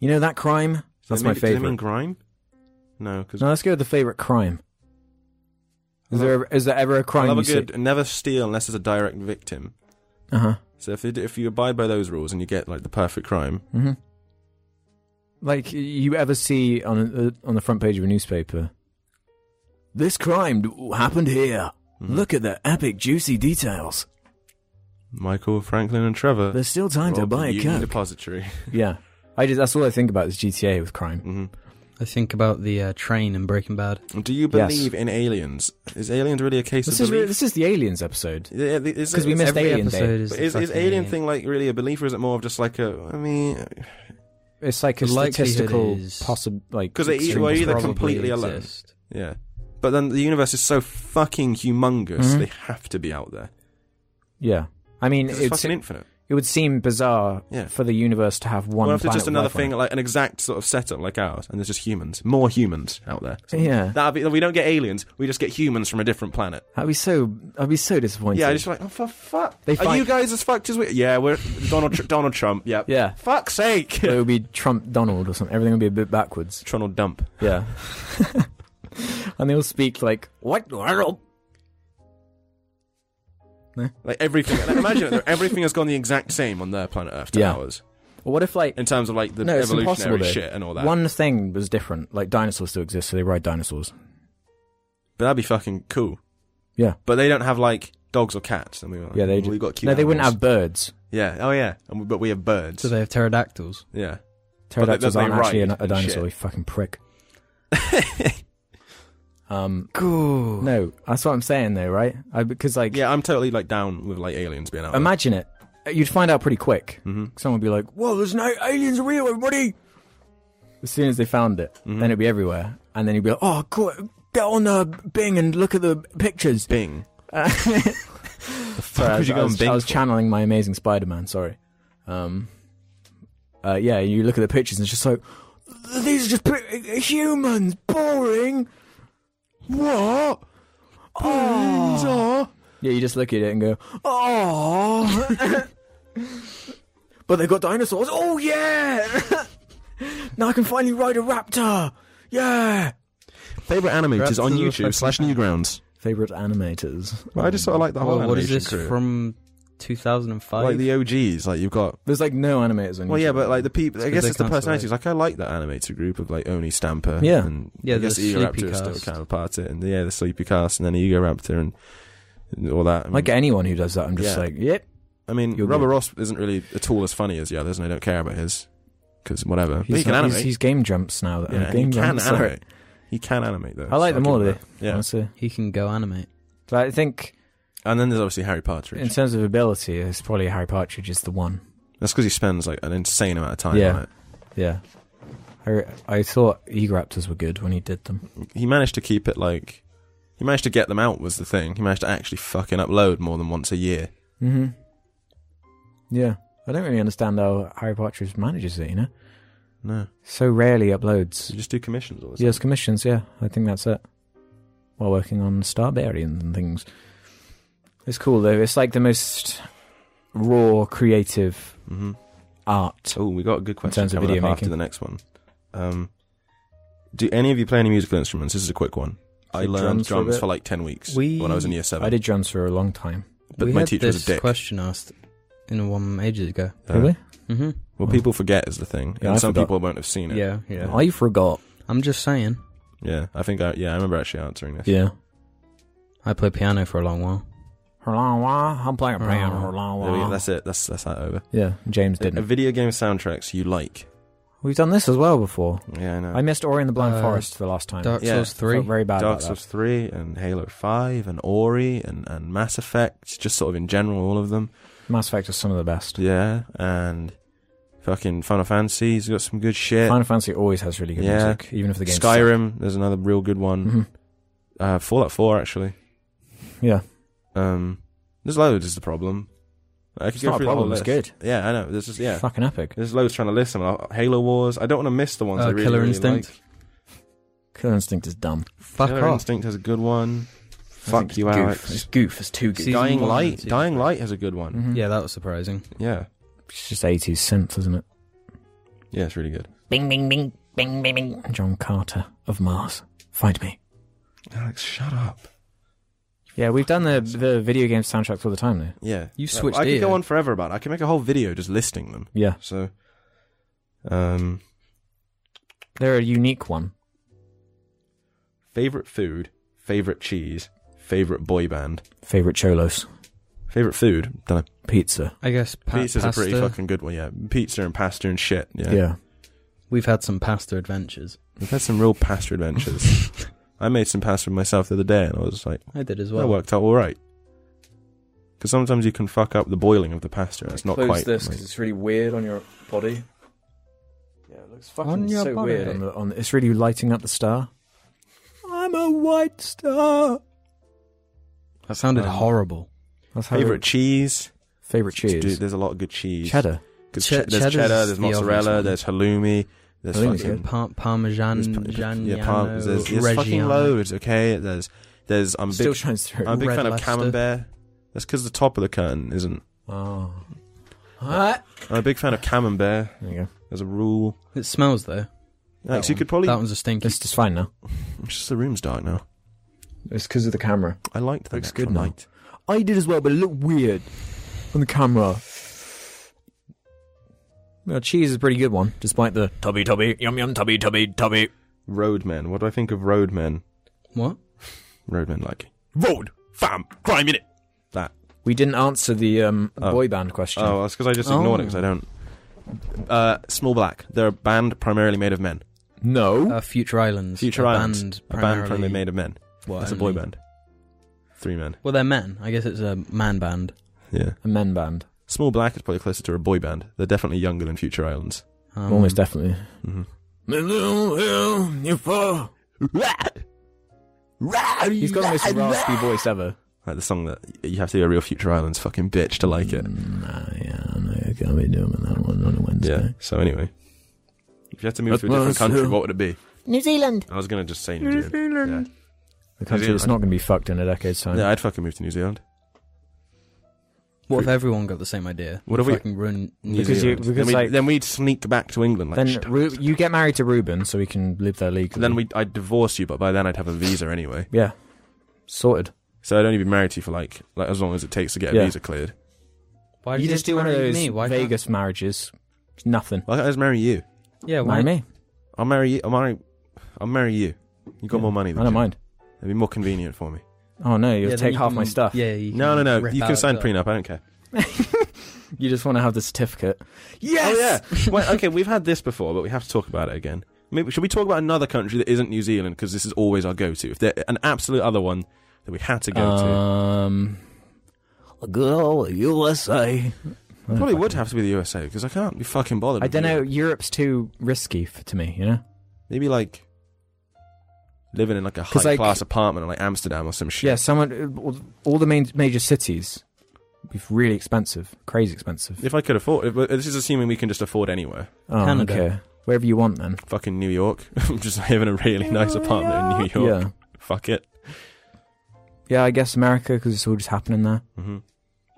S3: You know that crime?
S5: Does
S3: That's
S5: that mean-
S3: my
S5: does that
S3: favorite.
S5: mean grime? No, because
S3: No, let's go with the favorite crime. Is there is there ever a
S5: I
S3: crime?
S5: love a
S3: you
S5: good never steal unless there's a direct victim.
S3: Uh huh.
S5: So if you, if you abide by those rules and you get like the perfect crime,
S3: hmm Like you ever see on uh, on the front page of a newspaper, this crime d- happened here.
S5: Mm-hmm.
S3: Look at the epic, juicy details.
S5: Michael, Franklin, and Trevor.
S3: There's still time to
S5: robbed
S3: buy
S5: the
S3: a
S5: Union
S3: coke.
S5: depository.
S3: yeah, I just that's all I think about is GTA with crime.
S5: hmm
S2: I think about the uh, train in Breaking Bad.
S5: Do you
S3: Yes.
S5: believe in aliens? Is aliens really a case
S3: This
S5: of
S3: is really,
S5: belief?
S3: this is the aliens episode.
S5: Yeah, the- is
S3: Because we
S5: is
S3: missed
S5: every-
S3: Alien Day.
S2: episode is,
S5: But
S2: the
S5: is, is
S2: fucking
S5: alien thing like really a belief, or is it more of just like a? I mean,
S3: It's like a
S2: The likelihood
S3: statistical
S2: is-
S3: possible, like
S5: 'Cause they eat-
S3: extreme
S5: well,
S3: possibility.
S5: either
S2: probably
S5: completely alone.
S2: exist.
S5: yeah. But then the universe is so fucking humongous;
S3: Mhm.
S5: they have to be out there.
S3: Yeah, I mean,
S5: 'Cause It's,
S3: it's,
S5: fucking infinite.
S3: it would seem bizarre
S5: Yeah.
S3: for the universe to have one.
S5: What if it's
S3: planet
S5: just
S3: with
S5: another
S3: life on
S5: thing,
S3: it.
S5: like an exact sort of setup like ours, and there's just humans, more humans out there?
S3: Yeah,
S5: That be, we don't get aliens; we just get humans from a different planet.
S3: I'd be so, I'd be so disappointed.
S5: Yeah, I just like oh for fuck.
S3: They
S5: Are
S3: fight-
S5: you guys as fucked as we? Yeah, we're Donald Tr- Donald Trump. Yeah,
S3: Yeah.
S5: Fuck's sake.
S3: But it would be Trump Donald or something. Everything would be a bit backwards.
S5: Tronald Dump.
S3: Yeah. and they all speak like what?
S5: Like everything. like, imagine that everything has gone the exact same on their planet Earth to
S3: Yeah.
S5: ours
S3: What if like
S5: in terms of like the
S3: No, it's impossible,
S5: evolutionary
S3: though.
S5: shit and all that.
S3: one thing was different? Like dinosaurs still exist, so they ride dinosaurs.
S5: But that'd be fucking cool.
S3: Yeah.
S5: But they don't have like dogs or cats. And we were like,
S3: Yeah, they
S5: well,
S3: do.
S5: We've got cute.
S3: no, they wouldn't have
S5: animals.
S3: birds.
S5: Yeah. Oh yeah. And we, but we have birds.
S2: So they have pterodactyls.
S5: yeah. they-
S3: Pterodactyls
S5: they
S3: aren't actually
S5: ride
S3: a, a
S5: and
S3: dinosaur. You
S5: shit.
S3: fucking prick. um.
S2: Cool.
S3: No, that's what I'm saying though, right? I, because like,
S5: Yeah, I'm totally like down with like aliens being out.
S3: imagine it. You'd find out pretty quick.
S5: hmm
S3: Someone would be like, "Whoa, there's no aliens are real, everybody!" As soon as they found it,
S5: Mm-hmm.
S3: then it'd be everywhere, and then you'd be like, "Oh, cool. get on the Bing and look at the pictures."
S5: Bing.
S3: Uh,
S5: Fuck
S3: sorry, I
S5: would
S3: was,
S5: you go
S3: I
S5: on
S3: was,
S5: Bing
S3: I was
S5: for?
S3: channeling my amazing Spider-Man. Sorry. Um, uh, yeah, you look at the pictures, and it's just like these are just pi- humans. Boring. What?
S5: Ah.
S3: Oh. Yeah, you just look at it and go, oh. but they got dinosaurs. Oh yeah. now I can finally ride a raptor. Yeah.
S5: Favorite animators on
S2: Raptors are
S5: YouTube slash Newgrounds.
S3: Favorite animators.
S5: Well, I just sort of like the whole
S2: Well, what is
S5: animation
S2: this
S5: crew.
S2: from 2005?
S5: Like the OGs, like you've got.
S3: There's like no animators on.
S5: Well,
S3: YouTube.
S5: yeah, but like the people. I
S2: 'cause
S5: guess
S2: they
S5: it's the
S2: can't survive.
S5: personalities. Like I like that animator group of like Oni Stamper.
S3: Yeah.
S5: and
S2: Yeah,
S5: I guess
S2: the
S5: the
S2: Sleepy
S5: Egoraptor is still
S2: Cast.
S5: kind of part of it, and yeah, the Sleepy Cast, and then Ego Raptor, and, and all that. I mean,
S3: like anyone who does that, I'm just
S5: Yeah.
S3: like, yep.
S5: I mean
S3: You're
S5: Robert
S3: good.
S5: Ross isn't really at all as funny as the others, and I don't care about his because whatever. But
S3: He's,
S5: he can
S3: not- he's-
S5: animate.
S3: he's game jumps now. That
S5: yeah,
S3: game
S5: he can
S3: jumps, sorry.
S5: animate. He can animate though.
S3: I like
S5: so
S3: them all,
S5: give
S3: though.
S5: him that. Yeah,
S3: Honestly.
S2: He can go animate.
S3: But I think
S5: and then there's obviously Harry Partridge.
S3: in terms of ability, it's probably Harry Partridge is the one.
S5: That's because he spends like an insane amount of time
S3: Yeah.
S5: on it.
S3: Yeah. I, I thought Egoraptors were good when he did them.
S5: He managed to keep it like. He managed to get them out was the thing. He managed to actually fucking upload more than once a year.
S3: Mm-hmm. Yeah. I don't really understand how Harry Partridge manages it, you know?
S5: No,
S3: So rarely
S5: so
S3: uploads.
S5: just do commissions all the time.
S3: Yes, commissions, yeah. I think that's it. While working on Starbarians and things. It's cool, though. It's like the most raw, creative
S5: hmm
S3: art.
S5: Oh, we got a good question
S3: terms of
S5: coming
S3: video
S5: up after
S3: making.
S5: the next one. Um, do any of you play any musical instruments? This is a quick one. I
S3: Did
S5: learned
S3: drums for a
S5: drums
S3: bit.
S5: for like ten weeks
S2: We-
S5: when I was in year seven.
S3: I did drums for a long time.
S5: But
S2: we
S5: my
S2: had
S5: teacher
S2: this
S5: was a dick.
S2: question asked in one ages ago.
S5: Uh,
S3: Really?
S2: hmm
S5: Well, people forget is the thing,
S3: Yeah,
S5: and
S3: I
S5: some
S3: forgot.
S5: people won't have seen it.
S2: Yeah, yeah.
S3: I Oh, forgot.
S2: I'm just saying.
S5: yeah. I think I yeah, I remember actually answering this.
S3: Yeah.
S2: I played piano for a long while.
S3: I'm playing
S5: There we go, That's it. That's that's that over.
S3: Yeah, James
S5: A
S3: didn't.
S5: video game soundtracks you like?
S3: We've done this as well before.
S5: Yeah, I know.
S3: I missed Ori and the Blind
S2: Uh,
S3: Forest the last time.
S2: Dark
S5: Yeah,
S2: Souls
S5: I
S3: I felt
S2: 3.
S3: very bad
S5: Dark
S3: about
S5: Souls Three and Halo Five and Ori and and Mass Effect, just sort of in general, all of them.
S3: that. Mass Effect is some of the best.
S5: Yeah, and fucking Final Fantasy's got some good shit.
S3: Final Fantasy always has really good
S5: Yeah.
S3: music, even if the game's
S5: Skyrim, there's another real good one.
S3: hmm
S5: Uh, Fallout Four actually.
S3: Mm-hmm. Yeah,
S5: Um, there's loads is the problem. I could
S3: it's
S5: go
S3: not a
S5: through the whole
S3: problem. It's
S5: list.
S3: good.
S5: Yeah, I know. This is yeah.
S3: Fucking epic.
S5: There's loads trying to list them. Like, Halo Wars. I don't want to miss the ones
S2: Uh,
S5: I really,
S2: Killer
S5: really
S2: Instinct.
S5: like.
S3: Killer Instinct is dumb.
S2: Fuck
S5: Killer
S2: off.
S5: Instinct has a good one.
S3: think
S5: Fuck
S3: it's
S5: you,
S3: goof.
S5: Alex.
S3: It's goof. It's too goof.
S2: See- Season
S5: Dying
S2: one and
S5: Light.
S2: season
S5: Dying
S2: two.
S5: Light has a good one.
S3: Mhm.
S2: Yeah, that was surprising.
S3: Mm-hmm.
S5: Yeah.
S3: It's just 80s synth, isn't it?
S5: Yeah, it's really good.
S4: Bing, bing, bing, bing, bing, bing.
S3: John Carter of Mars. Find me.
S5: Alex, shut up.
S3: Yeah, we've done the the video game soundtracks all the time, though.
S5: Yeah.
S2: You
S5: Uh,
S2: switched
S5: I could go
S2: ear.
S5: on forever about it. I can make a whole video just listing them.
S3: Yeah,
S5: So, um,
S3: they're a unique one.
S5: favorite food, favorite cheese, favorite boy band,
S3: Favorite cholos
S5: favorite food. Don't know.
S3: pizza.
S2: I guess pa-
S5: Pizza's
S2: pasta.
S5: a pretty fucking good one. Yeah, pizza and pasta and shit. Yeah.
S2: We've had some pasta adventures.
S5: We've had some real pasta adventures. I made some pasta myself the other day, and I was like,
S2: I did as
S5: that
S2: well.
S5: worked out all right. Because sometimes you can fuck up the boiling of the pasta. and It's not quite. like-
S3: it's really weird on your body. Yeah, it looks fucking
S2: On your
S3: so
S2: body.
S3: weird. On the, on the, it's really lighting up the star. I'm a white star.
S2: That sounded
S5: Um,
S2: horrible.
S3: That's how
S5: favorite cheese.
S3: favorite
S5: Dude,
S3: cheese.
S5: there's a lot of good cheese.
S3: Cheddar.
S5: 'Cause
S2: Che-
S5: che- there's
S2: cheddar's
S5: cheddar,
S2: the
S5: there's
S2: obvious
S5: mozzarella,
S2: one.
S5: there's halloumi, there's
S3: Halloumi's
S5: fucking
S3: good.
S2: Pa- Parmesan,
S5: there's,
S2: Giannino,
S5: yeah, parm- there's, there's fucking
S2: Reggiano.
S5: loads. Okay, there's there's I'm a
S3: Still
S5: big
S3: shines through.
S5: I'm a big
S2: Red
S5: fan
S2: Leicester.
S5: of camembert. That's because the top of the curtain isn't.
S3: oh. What?
S5: I'm a big fan of camembert
S3: There you go.
S5: as a rule.
S2: It smells though.
S5: Alex, you
S3: one.
S5: could probably.
S2: That one's a stinky.
S3: It's just fine now.
S5: It's just the room's dark now.
S3: It's because of the camera.
S5: I liked that.
S3: Looks
S5: natural
S3: good now.
S5: light.
S3: I did as well, but it looked weird on the camera. Well, cheese is a pretty good one, despite the tubby tubby yum yum tubby tubby tubby
S5: Roadmen. What do I think of roadmen?
S2: What?
S5: Roadmen like road, fam, crime in it. That.
S3: We didn't answer the um,
S5: Oh.
S3: boy band question.
S5: Oh, that's because I just ignored
S2: Oh.
S5: it 'cause it because I don't. Uh, Small Black. They're a band primarily made of men.
S3: No.
S2: Uh, Future Islands.
S5: Future
S2: a
S5: Islands.
S2: Band
S5: a
S2: primarily,
S5: band primarily made of men.
S2: what,
S5: That's a boy
S2: only-
S5: band. Three men.
S2: Well, they're men. I guess it's a man band.
S5: Yeah.
S3: a men band.
S5: Small Black is probably closer to a boy band. They're definitely younger than Future Islands.
S2: Um,
S3: Almost definitely.
S5: Mhm.
S3: He's got the most raspy voice ever.
S5: Like the song that you have to be a real Future Islands fucking bitch to like it.
S3: Mm, yeah, I know you can't be doing that one on a
S5: Yeah. So anyway, if you had to move to a different
S3: Atmosphere.
S5: country, what would it be?
S4: New Zealand.
S5: I was gonna just say New, Zealand.
S3: The country that's not going to be fucked in a decade's
S5: Yeah.
S3: time.
S5: Yeah, I'd fucking move to New Zealand.
S2: What if everyone got the same idea?
S5: What if we-
S2: fucking ruin?
S5: New
S3: Because you-
S5: Zealand.
S3: because,
S5: then, we'd,
S3: like-
S5: then we'd sneak back to England. Like,
S3: then Ru- you get married to Ruben, so we can live there legally.
S5: then we, I'd divorce you, but by then I'd have a visa anyway.
S3: yeah, sorted.
S5: So I'd only be married to you for like, like as long as it takes to get a
S3: Yeah.
S5: visa cleared.
S2: Why
S3: you
S2: did
S3: just do one of
S2: marry
S3: those
S2: me? Why can't-
S3: Vegas marriages. It's nothing.
S5: Why can't I just marry you?
S2: Yeah, why?
S3: Marry me.
S5: I'll marry you. I'll marry. I'll marry you. You got
S3: Yeah.
S5: more money.
S3: I
S5: Than
S3: don't
S5: you.
S3: mind.
S5: It'd be more convenient for me.
S3: Oh no,
S2: Yeah,
S3: you'll
S2: then
S3: take
S2: you
S3: half
S2: can-
S3: my stuff.
S2: Yeah. You
S5: no, no, no.
S2: rip
S5: You
S2: out
S5: can sign
S2: the-
S5: prenup. I don't care.
S3: You just want to have the certificate.
S5: Oh yeah. well, okay, we've had this before, but we have to talk about it again. Maybe should we talk about another country that isn't New Zealand because this is always our go-to. If there an absolute other one that we had to go to,
S3: Um, good old USA.
S5: probably would have to be the USA because I can't be fucking bothered.
S3: I
S5: with
S3: don't know.
S5: Europe.
S3: Europe's too risky f to me. You know.
S5: Maybe like living in like a
S3: 'Cause,
S5: high
S3: like-
S5: class apartment in like Amsterdam or some shit.
S3: Yeah, someone. all- All the main major cities. Be really expensive. Crazy expensive.
S5: If I could afford, if, this is assuming we can just afford anywhere.
S3: Oh,
S2: Canada.
S3: Okay. Wherever you want, then.
S5: Fucking New York. I'm just having a really nice apartment in New York.
S3: Yeah.
S5: Fuck it.
S3: Yeah, I guess America because it's all just happening there.
S5: hmm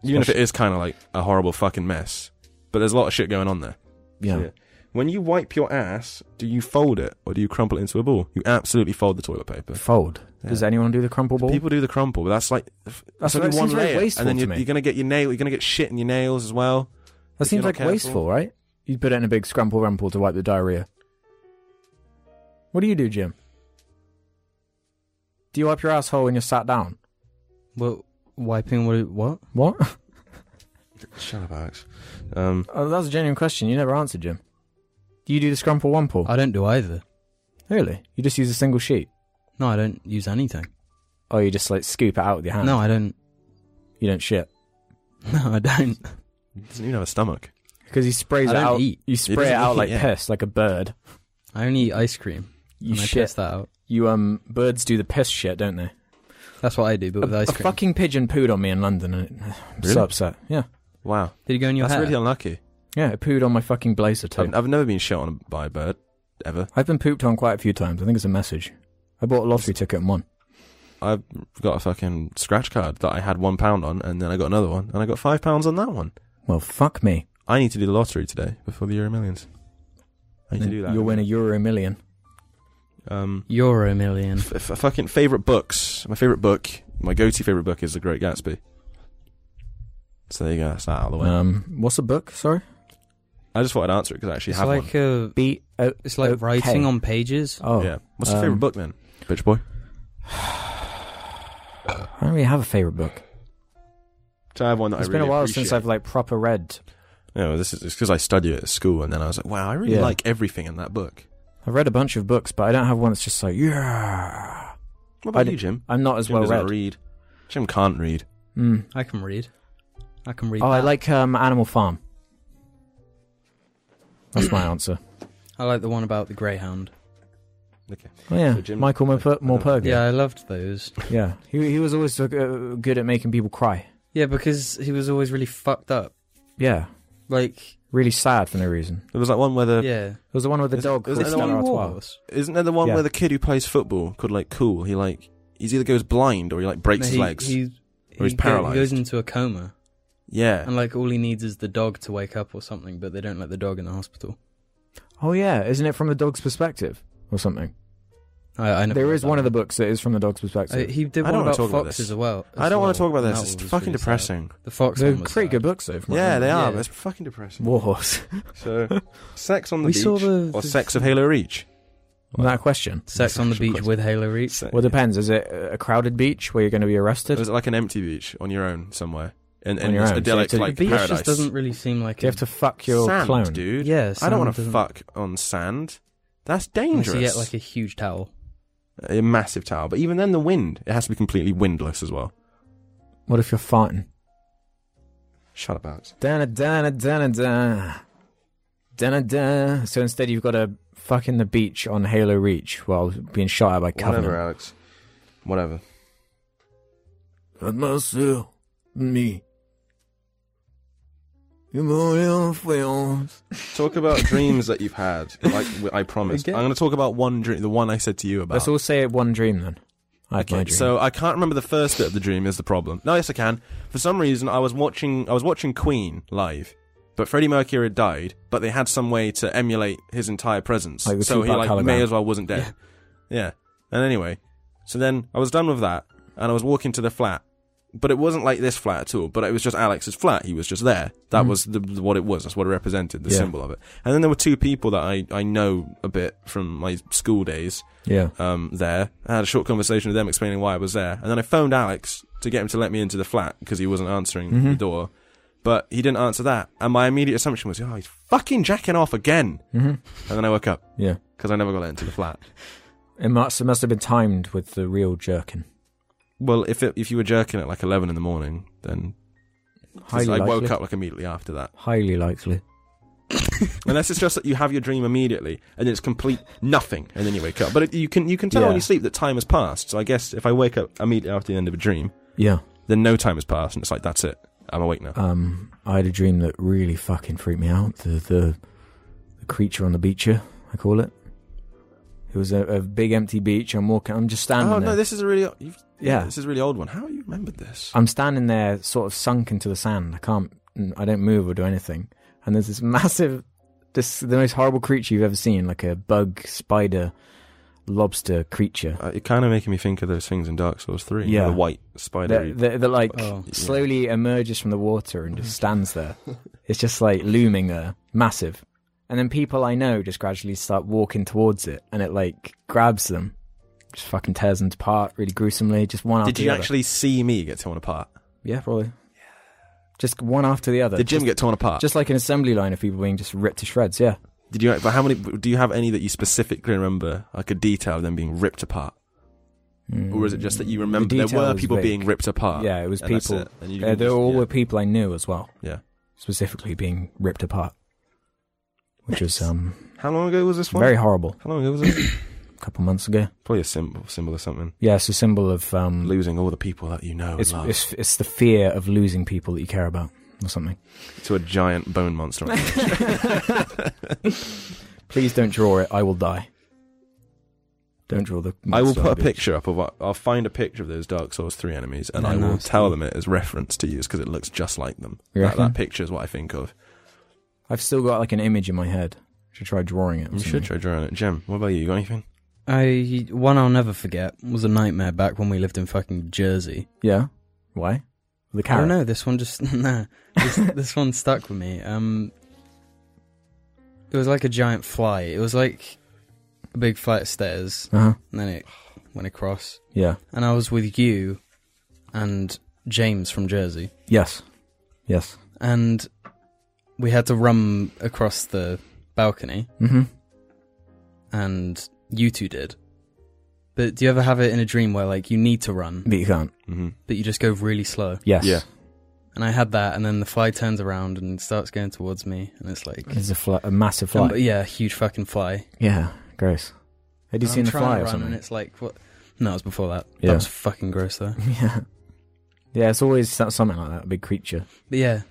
S5: Even if it is kind of like a horrible fucking mess, but there's a lot of shit going on there.
S3: Yeah.
S5: Yeah. When you wipe your ass, do you fold it or do you crumple it into a ball? You absolutely fold the toilet paper.
S3: Fold.
S5: Yeah.
S3: Does anyone do the crumple ball?
S5: People do the crumple, but that's like
S3: That's
S5: that's
S3: what-
S5: only
S3: that
S5: one
S3: seems very
S5: layer,
S3: wasteful
S5: and then
S3: to
S5: you're,
S3: me.
S5: you're gonna get your nail. You're gonna get shit in your nails as well.
S3: that
S5: if
S3: seems
S5: you're
S3: like
S5: not careful.
S3: wasteful, right? You put it in a big scramble rumple to wipe the diarrhea. What do you do, Jim? Do you wipe your asshole when you're sat down?
S2: Well, wiping what? What?
S3: What?
S5: Shut up, Alex. Um,
S3: Oh, that was a genuine question. You never answered, Jim. Do you do the scrumple wumple?
S2: I don't do either.
S3: really? You just use a single sheet?
S2: No, I don't use anything.
S3: Or you just like scoop it out with your hand?
S2: No, I don't.
S3: You don't shit.
S2: No, I don't.
S5: he doesn't even have a stomach.
S3: Because you sprays
S2: I
S3: it
S2: don't
S3: out.
S2: eat.
S3: You spray it,
S5: doesn't
S3: out
S5: eat,
S3: like
S5: yeah.
S3: piss, like a bird.
S2: I only eat ice cream.
S3: You
S2: and I piss
S3: shit.
S2: that out.
S3: You um, birds do the piss shit, don't they?
S2: That's what I do, but with
S3: a,
S2: ice
S3: a
S2: cream.
S3: fucking pigeon pooed on me in London, and it- I'm
S5: Really?
S3: so upset. Yeah,
S5: Wow,
S2: Did you go in your
S5: that's
S2: hair?
S5: really unlucky.
S3: yeah, it pooed on my fucking blazer too.
S5: I've, I've never been shot on by a bird ever.
S3: I've been pooped on quite a few times. I think it's a message. I bought a lottery ticket and won.
S5: I've got a fucking scratch card that I had one pound on, and then I got another one, and I got five pounds on that one.
S3: Well, fuck me.
S5: I need to do the lottery today before the Euro Millions. I need to do that.
S3: You'll win a euro million.
S5: Um,
S2: Euro million.
S5: f- f- fucking favorite books. My favorite book, my go-to favorite book, is The Great Gatsby. So there you go. That's that out of the way.
S3: Um, what's a book? Sorry,
S5: I just thought I'd answer it because I actually
S2: It's
S5: have
S2: like a,
S3: B. O-
S2: it's like
S3: uh, okay.
S2: writing on pages.
S3: Oh,
S5: one. yeah. What's your
S3: um,
S5: favorite book then, bitch boy?
S3: I don't really have a favorite book.
S5: So I have one that
S3: It's
S5: I
S3: been
S5: really
S3: a while
S5: appreciate.
S3: since I've like proper read.
S5: No, this is because I studied it at school, and then I was like, wow, I really
S3: Yeah.
S5: like everything in that book.
S3: I've read a bunch of books, but I don't have one that's just like yeah.
S5: What
S3: I
S5: about
S3: d-
S5: you, Jim?
S3: I'm not as
S5: Jim
S3: well
S5: doesn't
S3: read.
S5: read. Jim can't read.
S3: Mm.
S2: I can read. I can read.
S3: Oh, I
S2: that.
S3: like um, Animal Farm. That's my answer.
S2: I like the one about the greyhound.
S5: Okay.
S3: Oh, yeah,
S5: So Jim-
S3: Michael Morpur-
S5: I don't-
S3: Morpurgo.
S2: Yeah, I loved those.
S3: yeah. He he was always uh, good at making people cry.
S2: Yeah, because he was always really fucked up.
S3: Yeah,
S2: Like,
S3: really sad for no reason.
S5: There was that one where the
S2: yeah.
S3: It was the one with the
S5: Is-
S3: dog.
S5: is
S3: called
S5: that the one
S3: Stella
S5: you
S3: Artois.
S5: Isn't there the one
S3: Yeah.
S5: where the kid who plays football called like cool? He like he's either goes blind or he like breaks
S2: No,
S5: his
S2: he-
S5: legs.
S2: He, he
S5: he's
S2: go-
S5: paralyzed.
S2: He goes into a coma,
S5: yeah,
S2: and like all he needs is the dog to wake up or something. But they don't let the dog in the hospital.
S3: Oh yeah, isn't it from the dog's perspective or something?
S2: I, I never
S3: There
S2: read
S3: is
S2: that
S3: one of the books that is from the dog's perspective.
S2: I, he did
S5: I
S2: one
S5: don't wanna
S2: about
S5: talk
S2: foxes
S5: about this.
S2: as well.
S5: I don't want
S2: want
S5: to talk about this. It's fucking depressing.
S2: The fox
S3: They're
S2: one was
S3: pretty
S2: sad.
S3: good books though. From
S5: Yeah, they are.
S2: Yeah.
S5: But it's fucking depressing.
S3: Wars.
S5: So, sex on the
S2: We
S5: beach
S2: saw the-
S5: or
S2: the-
S5: sex of Halo Reach?
S3: Not a question.
S2: Sex on the beach with Halo Reach.
S5: Se-
S3: Well, depends. Is it a crowded beach where you're going to be arrested?
S5: Or is it like an empty beach on your own somewhere? And,
S3: On
S5: and
S3: your
S5: it's
S3: own.
S5: idyllic,
S3: So it's a-
S5: like
S2: the beach
S5: paradise.
S2: just doesn't really seem like
S3: Do you have to fuck your
S5: sand,
S3: clone?
S5: dude.
S2: Yeah,
S5: I
S2: sand
S5: don't want to
S2: doesn't-
S5: fuck on sand. That's
S2: unless
S5: dangerous.
S2: You get like a huge towel.
S5: a massive tower. But even then, the wind it has to be completely windless as well.
S3: What if you're farting?
S5: Shut up, Alex.
S3: Dun dun dun dun dun dun. So instead, you've got to fuck in the beach on Halo Reach while being shot at by
S5: Whatever,
S3: Covenant.
S5: Alex. Whatever.
S3: Myself, me. You're on films.
S5: Talk about dreams that you've had. Like w- I promised,
S2: Again?
S5: I'm going to talk about one dream, the one I said to you about.
S3: Let's all say one dream then. I had my
S5: Okay,
S3: dream.
S5: so I can't remember the first bit of the dream is the problem. No, yes I can. For some reason I was watching I was watching Queen live. But Freddie Mercury had died, but they had some way to emulate his entire presence.
S3: Like the
S5: so he
S3: Tupac
S5: like
S3: hologram.
S5: may as well wasn't dead. Yeah. And anyway, so then I was done with that and I was walking to the flat. But it wasn't like this flat at all, but it was just Alex's flat. He was just there. That was the, the- what it was. That's what it represented, the
S3: Mm. Yeah.
S5: symbol of it. And then there were two people that I, I know a bit from my school days
S3: yeah.
S5: um, there. I had a short conversation with them explaining why I was there. And then I phoned Alex to get him to let me into the flat because he wasn't answering
S3: Mm-hmm.
S5: the door. But he didn't answer that. And my immediate assumption was, oh, he's fucking jacking off again. Mm-hmm. And then I woke up
S3: Yeah.
S5: because I never got let into the flat.
S3: It must, it must have been timed with the real jerkin.
S5: Well, if it, if you were jerking at like 11 in the morning, then
S3: Highly
S5: 'cause I
S3: likely.
S5: woke up like immediately after that.
S3: Highly likely.
S5: Unless it's just that you have your dream immediately and it's complete nothing, and then you wake up. But it, you can you can tell
S3: Yeah.
S5: when you sleep that time has passed. So I guess if I wake up immediately after the end of a dream,
S3: Yeah.
S5: then no time has passed, and it's like that's it. I'm awake now.
S3: Um, I had a dream that really fucking freaked me out. The the, the creature on the beach here, I call it. It was a, a big empty beach. I'm walking. I'm just standing
S5: Oh
S3: there.
S5: no, this is a really you've,
S3: Yeah.
S5: This is a really old one. How you remembered this?
S3: I'm standing there, sort of sunk into the sand. I can't. I don't move or do anything. And there's this massive, this the most horrible creature you've ever seen, like a bug, spider, lobster creature.
S5: Uh, it kind of making me think of those things in Dark Souls Three.
S3: Yeah.
S5: the white spider.
S3: That, that, that like
S2: Oh.
S3: slowly emerges from the water and just stands there. It's just like looming there, massive. And then people I know just gradually start walking towards it, and it like grabs them, just fucking tears them apart really gruesomely, just one
S5: Did
S3: after
S5: you
S3: the other.
S5: actually see me get torn apart?
S3: Yeah, probably. Just one after the other.
S5: Did Jim
S3: just,
S5: get torn apart?
S3: just like an assembly line of people being just ripped to shreds. Yeah.
S5: Did you? But how many? Do you have any that you specifically remember, like a detail of them being ripped apart, or is it just that you remember
S3: Hmm. The
S5: there
S3: detail
S5: were
S3: is
S5: people
S3: vague.
S5: being ripped apart?
S3: Yeah, it was
S5: Uh, and that's
S3: people.
S5: it, and you
S3: uh,
S5: can
S3: they
S5: just-
S3: all
S5: yeah,
S3: were people I knew as well,
S5: yeah.
S3: specifically being ripped apart, which was um
S5: How long ago was this one?
S3: very horrible.
S5: How long ago was it?
S3: A couple months ago.
S5: Probably a symbol, symbol of something.
S3: Yeah, it's a symbol of um,
S5: Losing all the people that you know and
S3: it's,
S5: love
S3: it's it's the fear of losing people that you care about or something.
S5: to a giant bone monster.
S3: Please don't draw it. I will die. Don't draw the.
S5: I will
S3: Star
S5: put a
S3: Beach.
S5: picture up of. what- I'll find a picture of those Dark Souls three enemies, and
S2: They're
S5: I will
S2: nasty.
S5: tell them it as reference to use because it looks just like them.
S3: You
S5: That,
S3: reckon?
S5: that picture is what I think of.
S3: I've still got like an image in my head. Should try drawing it. or
S5: You should
S3: something.
S5: try drawing it, Jim. What about you? You got anything?
S2: I one I'll never forget was a nightmare back when we lived in fucking Jersey.
S3: Yeah. Why? The
S2: I don't
S3: carrot.
S2: know. This one just nah. This, this one stuck with me. Um, it was like a giant fly. It was like a big flight of stairs,
S3: Uh huh.
S2: and then it went across.
S3: Yeah.
S2: And I was with you and James from Jersey,
S3: Yes. Yes.
S2: and we had to run across the balcony,
S3: Mm-hmm.
S2: and you two did. But do you ever have it in a dream where like you need to run,
S3: But you can't.
S5: Mm-hmm.
S2: but you just go really slow?
S3: Yes.
S5: Yeah.
S2: And I had that, and then the fly turns around and starts going towards me, and it's like,
S3: It's a, fly, a massive fly.
S2: Um, but yeah, huge fucking fly.
S3: yeah. Gross. Had you
S2: I'm
S3: seen the
S2: trying
S3: fly
S2: to
S3: or
S2: run, And
S3: something?
S2: it's like, what? No, it was before that.
S3: Yeah.
S2: That was fucking gross, though.
S3: Yeah. Yeah. It's always so- something like that. A big creature.
S2: But yeah,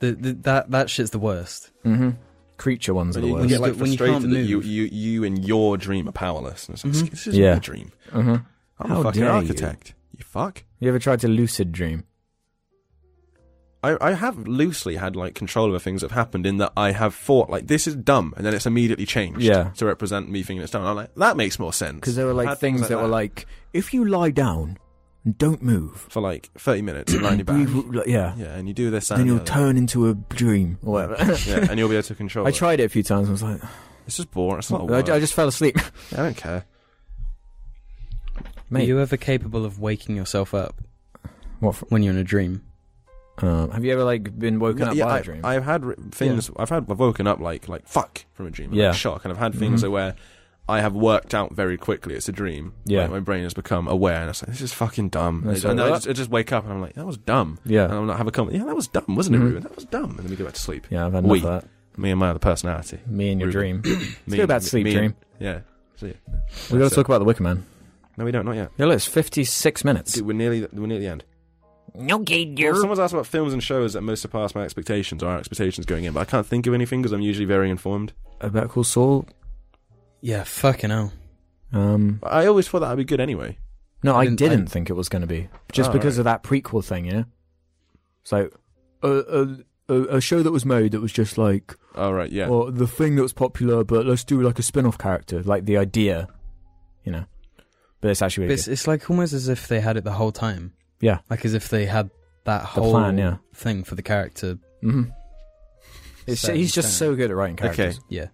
S2: the, the, that that shit's the worst.
S3: Mm-hmm. Creature ones are
S5: When
S3: the
S5: you,
S3: worst.
S5: when you get like
S2: When you
S5: frustrated
S2: can't
S5: that you,
S2: move.
S5: you you and your dream are powerless. And it's like,
S2: Mhm.
S5: "Excuse- This is
S3: Yeah.
S5: my dream.
S3: mm-hmm.
S5: I'm
S3: How
S5: a fucking
S3: dare you."
S5: architect. You, fuck.
S3: You ever tried to lucid dream?
S5: I, I have loosely had like control over things that have happened in that I have thought like this is dumb and then it's immediately changed
S3: Yeah.
S5: to represent me thinking it's dumb. I'm like that makes more sense
S3: Because there were like
S5: Had
S3: things, that, were like, if you lie down and don't move,
S5: for like 30 minutes and then you back.
S3: breathe, like, yeah,
S5: Yeah, and you do this and
S3: then you'll
S5: the other.
S3: turn into a dream or whatever.
S5: yeah, and you'll be able to control.
S3: I
S5: it.
S3: tried it a few times. and I was like,
S5: It's just boring. It's not.
S3: I,
S5: work.
S3: I just fell asleep.
S5: I don't care.
S2: Are
S3: Mate.
S2: you ever capable of waking yourself up
S3: What? For,
S2: when you're in a dream?
S3: um, have you ever like been woken
S5: No,
S3: up
S5: yeah,
S3: by
S5: I,
S3: a dream?
S5: I've had r- things. I've had. I've woken up like like fuck from a dream.
S3: Yeah. Mm-hmm.
S5: Like shock. And I've had things where I have worked out very quickly. It's a dream.
S3: Yeah.
S5: Like, my brain has become aware, and it's like this is fucking dumb.
S3: That's
S5: and then I
S3: right.
S5: just, I just wake up and I'm like that was dumb.
S3: Yeah.
S5: And I'm like have a comment. Yeah, that was dumb, wasn't it,
S3: Mhm.
S5: Ruben? That was dumb. And then we go back to sleep.
S3: yeah, I've had enough
S5: We.
S3: of that.
S5: Me and my other personality.
S3: Me and your
S5: Ruben.
S3: dream.
S5: Me,
S3: go back to sleep,
S5: me and-
S3: dream.
S5: Yeah. So, yeah.
S3: we got
S5: That's
S3: to
S5: it.
S3: talk about the Wicker Man.
S5: No, we don't. Not yet.
S3: Yeah, look, it's fifty-six minutes.
S5: Dude, we're nearly. We're nearly at the end.
S4: Okay,
S5: Well, someone's asked about films and shows that most surpass my expectations or our expectations going in, but I can't think of anything because I'm usually very informed.
S3: A Better Call Saul.
S2: Yeah, fucking hell.
S3: Um,
S5: But I always thought that would be good anyway.
S3: no,
S2: I
S3: I
S2: didn't-
S3: didn't,
S2: I-
S3: think it was going to be just
S5: Oh,
S3: because of that prequel thing, you know. So, a, a a a show that was made that was just like
S5: Oh, right, yeah.
S3: or the thing that was popular, but let's do like a spin-off character, like the idea, you know. But it's actually
S2: But
S3: really
S2: it's, it's like almost as if they had it the whole time.
S3: Yeah.
S2: Like as if they had that
S3: The
S2: whole
S3: plan, yeah.
S2: thing for the character.
S3: hmm It's,
S2: set in
S3: he's just
S2: stone.
S3: so good at writing characters.
S5: Okay.
S2: Yeah.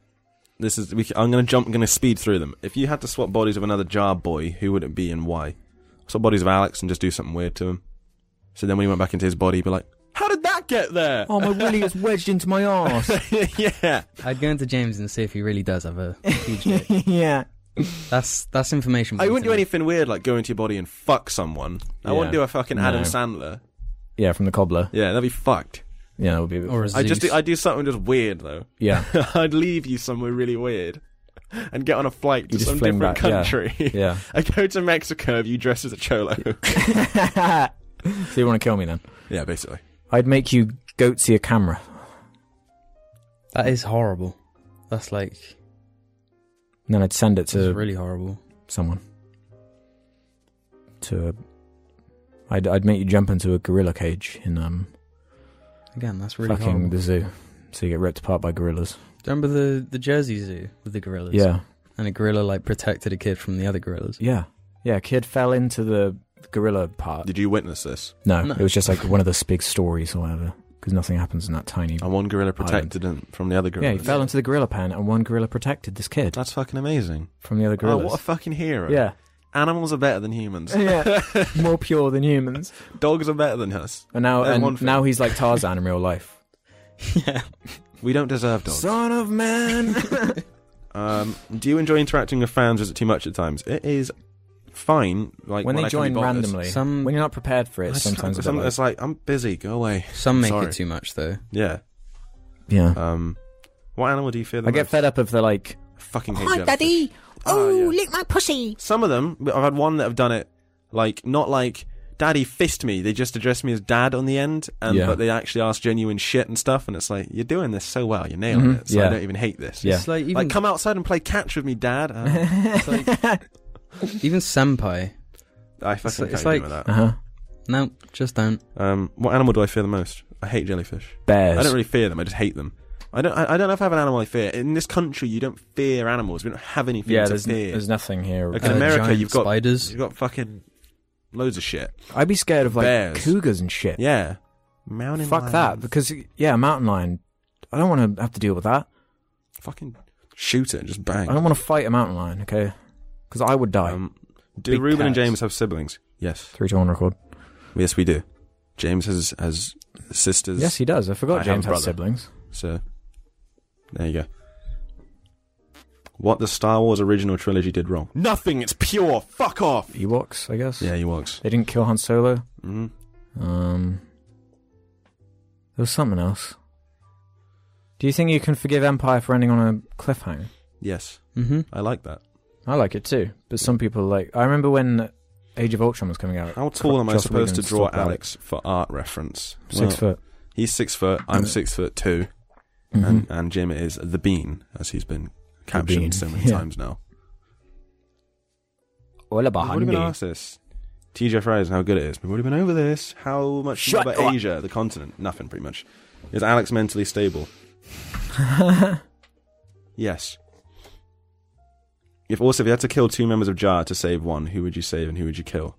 S5: This is. We, c- I'm going to jump. I'm going to speed through them. If you had to swap bodies with another jar boy, who would it be and why? Swap bodies with Alex and just do something weird to him. So then when he went back into his body, he'd be like, "How did that get there?"
S3: Oh, my willy is wedged into my arse.
S5: yeah.
S2: I'd go into James and see if he really does have a huge dick.
S3: yeah.
S2: That's that's information. we
S5: I
S2: need
S5: wouldn't
S2: to
S5: do
S2: know.
S5: anything weird like go into your body and fuck someone. I
S3: Yeah.
S5: wouldn't do a fucking Adam
S3: No.
S5: Sandler.
S3: Yeah, from the cobbler.
S5: Yeah, that'd be fucked.
S3: Yeah, that would be.
S2: Or a
S5: I just.
S2: Zeus.
S5: Do, I do something just weird though.
S3: yeah,
S5: I'd leave you somewhere really weird and get on a flight to
S3: just
S5: some
S3: fling
S5: different
S3: back, yeah.
S5: country.
S3: yeah.
S5: I go to Mexico if you dress as a cholo.
S3: so you want to kill me then?
S5: yeah, basically.
S3: I'd make you goatsy a camera.
S2: That is horrible. That's like
S3: And then I'd send it
S2: it's
S3: to
S2: really horrible.
S3: someone. To. I'd I'd make you jump into a gorilla cage in um
S2: Again, that's really
S3: fucking
S2: horrible.
S3: the zoo, so you get ripped apart by gorillas.
S2: Do you remember the the Jersey Zoo with the gorillas?
S3: Yeah,
S2: And a gorilla like protected a kid from the other gorillas.
S3: yeah, yeah. Kid fell into the gorilla part.
S5: Did you witness this?
S3: No,
S2: No.
S3: it was just like one of those big stories or whatever, because nothing happens in that tiny.
S5: And one gorilla protected him from the other Oh, gorilla.
S3: yeah, he fell into the gorilla pen, and one gorilla protected this kid
S5: That's fucking amazing.
S3: from the other
S5: Oh,
S3: gorillas.
S5: what a fucking hero.
S3: yeah,
S5: Animals are better than humans.
S3: yeah, more pure than humans.
S5: Dogs are better than us.
S3: And now,
S5: Then one
S3: and
S5: thing.
S3: now he's like Tarzan in real life.
S2: yeah.
S5: We don't deserve dogs.
S3: Son of man.
S5: um, do you enjoy interacting with fans or is it too much at times? It is fine. Like
S3: when they
S5: I can be
S3: join
S5: bothered.
S3: randomly,
S2: Some-
S3: when you're not prepared for
S5: I
S3: it,
S5: just-
S3: sometimes. a bit
S5: some-
S3: like-
S5: it's like, I'm busy, go away.
S2: Some make
S5: Sorry.
S2: it too much though.
S5: Yeah.
S3: yeah,
S5: Um, what animal do you fear the
S3: I get
S5: most?
S3: fed up of the like.
S5: fucking hate
S4: Hi,
S5: jellyfish.
S4: Daddy.
S5: Oh,
S4: Oh,
S5: yeah.
S4: lick my pussy.
S5: Some of them, but I've had one that have done it like not like "Daddy fist me." They just address me as "Dad" on the end, and
S3: Yeah.
S5: but they actually ask genuine shit and stuff. And it's like you're doing this so well, you're nailing
S3: Mhm.
S5: it. So I
S3: Yeah.
S5: don't even hate this.
S3: Yeah.
S2: It's like even
S5: Like come outside and play catch with me, Dad. Uh,
S2: it's like, Even senpai.
S5: I fucking
S2: it's
S5: can't like,
S2: like-
S5: that.
S3: Uh huh.
S2: No, just don't.
S5: Um, what animal do I fear the most? I hate jellyfish.
S3: Bears.
S5: I don't really fear them. I just hate them. I don't. I, I don't know if I have an animal I fear. In this country, you don't fear animals. We don't have anything
S3: yeah,
S5: to
S3: there's,
S5: fear.
S3: there's nothing here.
S5: Like
S2: Uh,
S5: in America,
S2: giant
S5: you've got
S2: spiders.
S5: You've got fucking loads of shit.
S3: I'd be scared of like
S5: Bears.
S3: cougars and shit.
S5: Yeah, mountain.
S3: Fuck
S5: lions.
S3: that, because yeah, a mountain lion. I don't want to have to deal with that.
S5: Fucking shoot it and just bang.
S3: I don't want to fight a mountain lion, okay? Because I would die.
S5: Um, do
S3: Big
S5: Reuben and
S3: cats.
S5: James have siblings? Yes.
S3: Three to one record.
S5: Yes, we do. James has has sisters.
S3: Yes, he does. I
S5: I
S3: forgot
S5: have
S3: James
S5: a
S3: had
S5: brother.
S3: siblings.
S5: So there you go. What the Star Wars original trilogy did wrong? Nothing. It's pure. Fuck off.
S3: Ewoks, I guess.
S5: Yeah, he works.
S3: They didn't kill Han Solo.
S5: Mm.
S3: Um, there was something else. Do you think you can forgive Empire for ending on a cliffhanger?
S5: Yes,
S2: Mm-hmm.
S5: I like that.
S3: I like it too, but some people like. I remember when Age of Ultron was coming out.
S5: How tall am I
S3: Joss
S5: supposed to
S3: Whedon's
S5: draw
S3: talk about
S5: Alex for art reference?
S3: it. Six
S5: Well,
S3: foot.
S5: He's six foot. I'm
S3: Uh,
S5: six foot 2
S3: Mm-hmm.
S5: and and Jim is the Bean, as he's been captioned
S3: Bean,
S5: so many
S3: yeah.
S5: times now.
S3: All
S5: We would have been asked this. TJ Fries and how good it is. We would have been over this. How much do you know
S3: Shut
S5: about
S3: up.
S5: Asia, the continent? Nothing, pretty much. Is Alex mentally stable? yes. If also if you had to kill two members of Jar to save one, who would you save and who would you kill?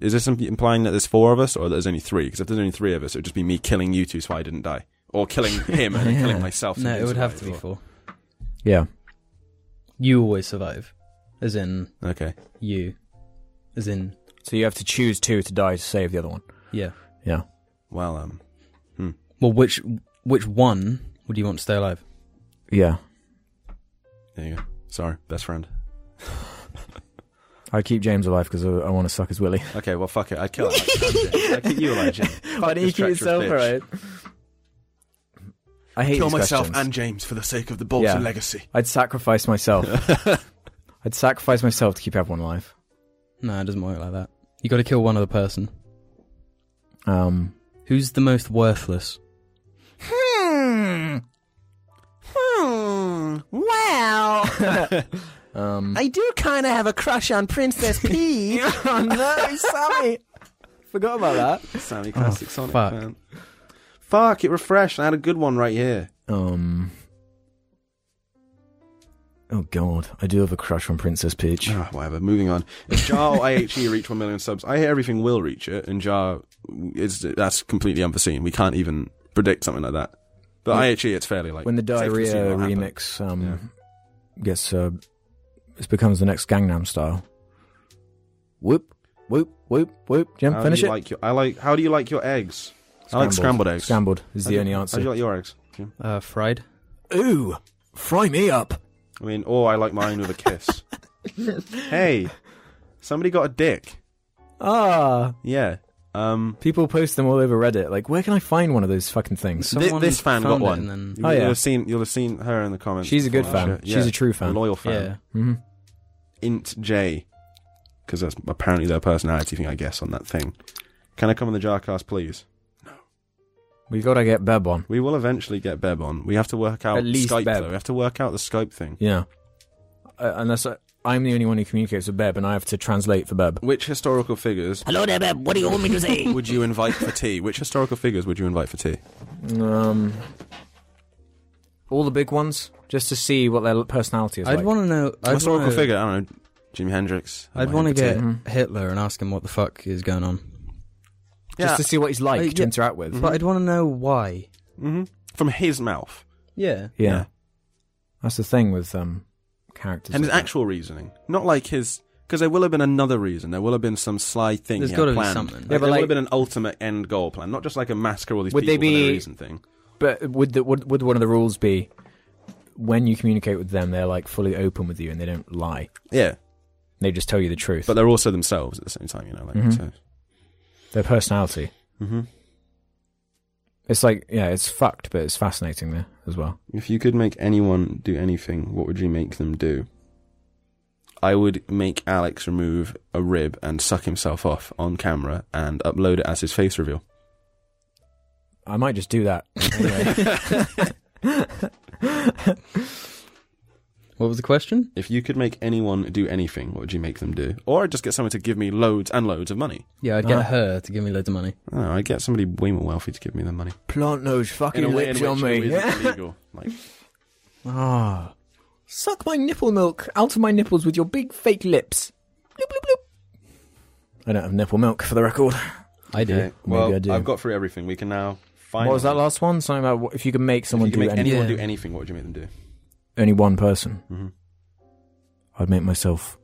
S5: Is this imp- implying that there's four of us or that there's only three? Because if there's only three of us, it would just be me killing you two so I didn't die, or killing him and then
S3: Yeah.
S5: killing myself. so
S2: No,
S5: he
S2: it would have to be
S5: survived,
S2: four.
S3: Yeah.
S2: You always survive, as in
S5: or- Okay.
S2: you, as in
S3: So you have to choose two to die to save the other one.
S2: yeah.
S3: Yeah.
S5: Well, um,
S2: Well, which which one would you want to stay alive?
S3: Yeah.
S5: there you go. Sorry, best friend.
S3: I keep James alive because I, I want to suck his willy.
S5: Okay, well, fuck it. I'd kill Alex. and Jim. I'd keep you alive, Jim.
S3: Why
S5: didn't you keep yourself alright?
S3: I hate
S5: kill
S3: these
S5: myself
S3: questions.
S5: and James for the sake of the Bolton
S3: Yeah.
S5: legacy.
S3: I'd sacrifice myself. I'd sacrifice myself to keep everyone alive.
S2: No, it doesn't work like that. You got to kill one other person.
S3: Um,
S2: Who's the most worthless?
S4: Hmm. Hmm. Well,
S3: um,
S4: I do kind of have a crush on Princess P.
S3: oh no, Sammy! Forgot about that. Oh,
S5: Sammy Classic Sonic
S2: fuck.
S5: fan. Fuck, it refreshed. I had a good one right here.
S3: Um. Oh god, I do have a crush on Princess Peach.
S5: Ah, whatever, moving on. If Jar or IHE reach 1 million subs, I hear everything will reach it, and Jar, is, that's completely unforeseen. We can't even predict something like that. But IHE, it's fairly like.
S3: When the
S5: safe to
S3: Diarrhea
S5: assume it'll happen.
S3: remix um, gets, uh, it becomes the next Gangnam Style. Whoop, whoop, whoop, whoop. Jim,
S5: How do
S3: finish
S5: you
S3: it.
S5: Like your, I like. How do you like your eggs? I like scrambled eggs.
S3: Scrambled is
S5: How
S3: the
S5: do-
S3: only
S5: How do you
S3: answer.
S5: like your eggs? Jim?
S2: Uh, fried.
S3: Ooh, fry me up.
S5: I mean, or I like mine with a kiss. hey, somebody got a dick.
S3: Ah,
S5: Yeah. Um,
S3: people post them all over Reddit. Like, where can I find one of those fucking things?
S5: thi-
S2: Someone
S5: this fan got
S2: found it
S5: one.
S2: and then-
S5: You,
S3: Oh, yeah.
S5: You'll have seen. You'll have seen her in the comments. Oh,
S3: She's a good
S5: before.
S3: fan. She's a true fan.
S5: loyal fan.
S2: Yeah.
S3: hmm
S5: Int J, because that's apparently their personality thing, I guess, on that thing. Can I come on the Jarcast, please?
S3: We gotta get Beb on.
S5: We will eventually get Beb on. We have to work out
S3: At least
S5: Skype
S3: Beb.
S5: though. We have to work out the Skype thing.
S3: Yeah. Uh, unless I, I'm the only one who communicates with Beb, and I have to translate for Beb.
S5: Which historical figures
S4: Hello there, babe. What do you want me to say?
S5: would you invite for tea? Which historical figures would you invite for tea?
S3: Um, all the big ones, just to see what their personality is
S2: I'd
S3: like.
S2: want to know. I'd
S5: historical
S2: wanna,
S5: figure. I don't know. Jimi Hendrix.
S2: I'd
S5: Might
S2: want to Mm-hmm.
S5: invite for
S2: get
S5: tea.
S2: Hitler and ask him what the fuck is going on.
S3: just
S5: Yeah.
S3: to see what he's like
S2: Uh,
S3: to
S2: yeah.
S3: interact with.
S2: But I'd want to know why.
S5: from his mouth
S2: Yeah.
S3: yeah.
S5: Yeah.
S3: that's the thing with um characters.
S5: and his
S3: like that.
S5: actual reasoning, not like his. Because there will have been another reason. There will have been some sly thing.
S2: There's
S5: he had
S2: gotta be
S5: planned.
S2: something. Yeah,
S5: there
S3: but
S5: will
S3: like-
S5: have been an ultimate end goal plan, not just like a massacre all these
S3: Would
S5: people
S3: they
S5: for no
S3: be-
S5: reason thing.
S3: But would the, would would one of the rules be when you communicate with them, they're like fully open with you and they don't lie.
S5: Yeah,
S3: They just tell you the truth.
S5: but they're also themselves at the same time. You know, like
S3: Mhm.
S5: so.
S3: their personality.
S5: hmm
S3: It's like yeah, it's fucked, but it's fascinating there as well.
S5: If you could make anyone do anything, what would you make them do? I would make Alex remove a rib and suck himself off on camera and upload it as his face reveal.
S3: I might just do that. Anyway.
S2: What was the question?
S5: If you could make anyone do anything, what would you make them do? Or I'd just get someone to give me loads and loads of money.
S2: Yeah, I'd get
S3: Ah.
S2: her to give me loads of money.
S5: I don't know, I'd get somebody way more wealthy to give me the money.
S3: Plant those fucking lips on
S5: it
S3: me.
S5: isn't illegal. Like,
S3: Ah. Suck my nipple milk out of my nipples with your big fake lips. Bloop, bloop, bloop. I don't have nipple milk for the record.
S2: I do.
S5: okay, well,
S3: I do.
S5: I've got through everything. We can now find.
S3: What was that last one? Something about what, if you can make someone
S5: You can
S3: do
S5: make
S3: anything.
S5: anyone
S2: Yeah.
S5: do anything. What would you make them do?
S3: Only one person.
S5: Mhm.
S3: I'd make myself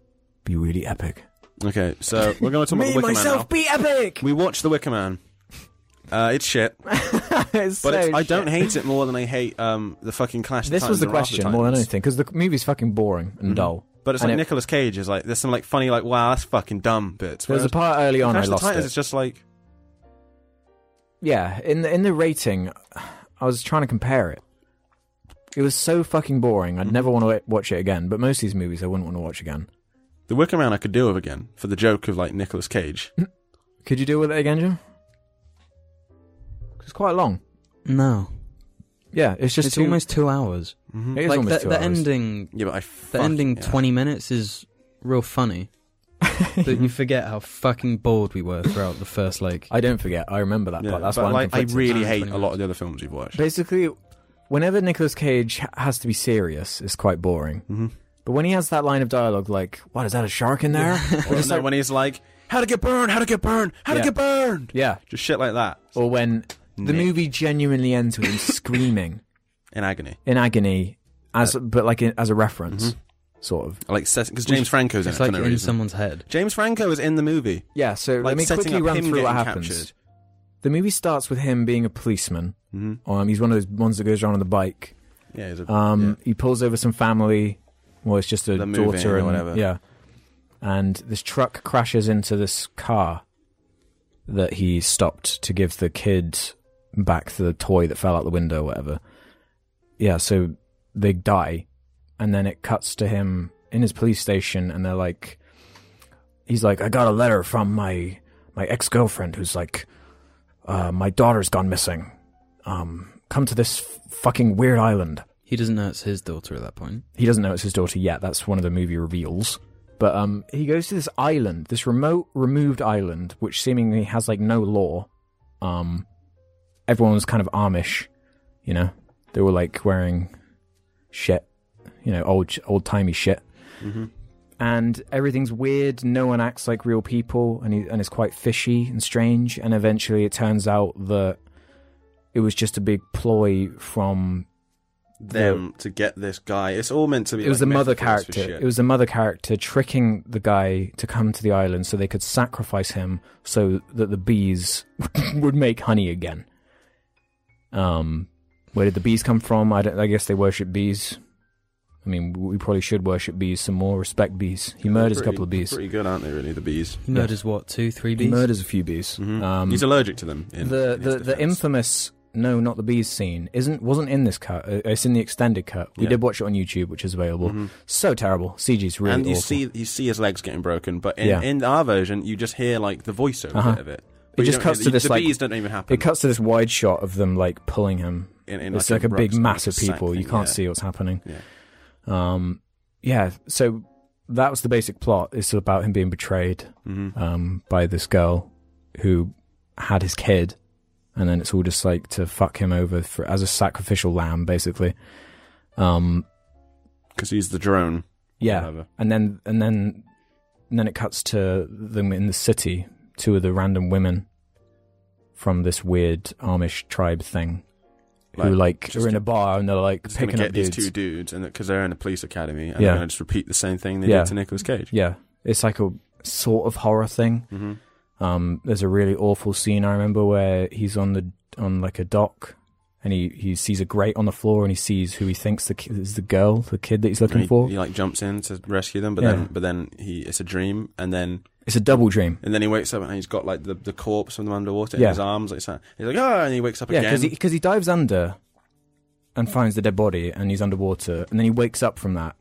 S3: be really epic.
S5: Okay, so we're going to talk about the
S3: Me,
S5: Wicker Man
S3: myself,
S5: now.
S3: be epic!
S5: We watched the Wicker Man. Uh, it's shit, but
S3: It's so
S5: it's, I don't
S3: shit.
S5: hate it more than I hate um, the fucking Clash. of
S3: This was
S5: Titans
S3: the
S5: and Wrath of
S3: question more than
S5: Titans.
S3: anything, because the movie's fucking boring and dull.
S5: But it's
S3: And it-
S5: like Nicolas Cage is like there's some like funny like wow that's fucking dumb bits.
S3: There was a part early on I
S5: Clash of the
S3: lost
S5: Titans
S3: it.
S5: is just like
S3: Yeah, in the, in the rating, I was trying to compare it. It was so fucking boring. I'd never want to watch it again. But most of these movies, I wouldn't want to watch again.
S5: the Wicker Man I could deal with again for the joke of like Nicolas Cage.
S3: Could you deal with it again, Jim? 'Cause It's quite long.
S2: No,
S3: Yeah, it's just
S2: it's
S3: too-
S2: almost two hours.
S3: It is
S2: like
S3: almost
S2: the,
S3: two
S2: the
S3: hours.
S2: ending,
S5: Yeah, but I
S2: the
S5: fuck,
S2: ending
S5: yeah.
S2: twenty minutes is real funny. but you forget how fucking bored we were throughout the first like.
S3: I don't forget. I remember that
S5: Yeah,
S3: part. That's
S5: but
S3: why I'm
S5: like, I
S3: conflicted.
S5: really
S2: Ah,
S5: hate
S2: 20
S5: a lot of the other films you've watched.
S3: Basically, whenever Nicolas Cage ha- has to be serious, it's quite boring. Mm-hmm. But when he has that line of dialogue, like, "What is that? A shark in there?"
S5: Or no, when he's like how to get burned, how to get burned, how
S3: Yeah.
S5: to get burned,
S3: yeah.
S5: just shit like that
S3: Or when the
S5: Nick.
S3: movie genuinely ends with him screaming.
S5: in agony.
S3: in agony
S5: Uh,
S3: as but like in, as a reference
S5: mm-hmm.
S3: sort of
S5: I like because James Franco's in it
S2: it's
S5: for
S2: like
S5: no
S2: in
S5: reason.
S2: someone's head.
S5: James Franco is in the movie.
S3: yeah so
S5: Like
S3: let me
S5: setting
S3: quickly
S5: up
S3: run
S5: him
S3: through what
S5: getting
S3: happens
S5: captured.
S3: the movie starts with him being a policeman
S5: Mhm.
S3: um, he's one of those ones that goes around on the bike
S5: Yeah, he's a,
S3: um,
S5: yeah.
S3: he pulls over some family well it's just a
S5: They're moving
S3: daughter
S5: or
S3: and
S5: whatever.
S3: yeah and this truck crashes into this car that he stopped to give the kid back the toy that fell out the window or whatever yeah so they die and then it cuts to him in his police station and they're like he's like i got a letter from my my ex-girlfriend who's like uh, my daughter's gone missing um come to this f- fucking weird island
S2: He doesn't know it's his daughter at that point.
S3: he doesn't know it's his daughter yet that's one of the movie reveals but um he goes to this island this remote removed island which seemingly has like no law um everyone was kind of amish you know they were like wearing shit you know old old timey shit and everything's weird. No one acts like real people, and he, and it's quite fishy and strange. And eventually, it turns out that it was just a big ploy from
S5: them to get this guy. It's all meant to be.
S3: it was
S5: like
S3: the mother
S5: metaphors for
S3: character.
S5: shit.
S3: It was the mother character tricking the guy to come to the island so they could sacrifice him so that the bees would make honey again. Um, where did the bees come from? I don't. I guess they worship bees. I mean, we probably should worship bees some more. Respect bees. He murders
S5: Pretty-
S3: a couple of bees.
S5: Pretty good, aren't they? Really, the bees.
S2: He murders what two, three
S3: He
S2: bees.
S3: murders a few bees. Um,
S5: Mm-hmm. He's allergic to them. In,
S3: the
S5: in his
S3: the, the
S5: defense.
S3: infamous no, not the bees scene isn't wasn't in this cut. Uh, It's in the extended cut. We
S5: Yeah. Mm-hmm.
S3: did watch it on YouTube, which is available. So terrible. CG's really
S5: and you
S3: awful.
S5: see you see his legs getting broken, but in,
S3: Yeah.
S5: in our version, you just hear like the voiceover
S3: Uh-huh.
S5: bit of it. But
S3: It
S5: you
S3: just
S5: don't
S3: cuts
S5: hear-
S3: to this,
S5: The
S3: like-
S5: bees don't even happen.
S3: it cuts to this wide shot of them like pulling him.
S5: in, in,
S3: it's
S5: like
S3: like a big
S5: rough-
S3: mass of
S5: sack
S3: people. You
S5: thing,
S3: can't
S5: yeah.
S3: see what's happening.
S5: Yeah.
S3: Um, yeah. So that was the basic plot. It's about him being betrayed
S5: Mhm.
S3: um, by this girl who had his kid, and then it's all just like to fuck him over for as a sacrificial lamb, basically. Um,
S5: because he's the drone.
S3: yeah,
S5: Whatever.
S3: and then and then and then it cuts to them in the city. Two of the random women from this weird Amish tribe thing, who like
S5: just
S3: are in a
S5: gonna-
S3: bar and they're like
S5: Just gonna
S3: picking up
S5: get these
S3: dudes.
S5: two dudes, and because they're in a police academy, and
S3: Yeah.
S5: they're gonna just repeat the same thing they
S3: Yeah.
S5: did to Nicolas Cage.
S3: Yeah, it's like a sort of horror thing.
S5: Mhm.
S3: Um, there's a really awful scene I remember where he's on the on like a dock, and he, he sees a grate on the floor, and he sees who he thinks the ki- is the girl, the kid that he's
S5: And
S3: looking
S5: he,
S3: for.
S5: he like jumps in to rescue them, but
S3: Yeah.
S5: then but then he it's a dream, and then
S3: It's a double dream.
S5: and then he wakes up and he's got like the, the corpse from them underwater in
S3: Yeah.
S5: his arms, like so- he's like oh, and he wakes up
S3: Yeah,
S5: again.
S3: because because he, dives under and finds the dead body, and he's underwater, and then he wakes up from that,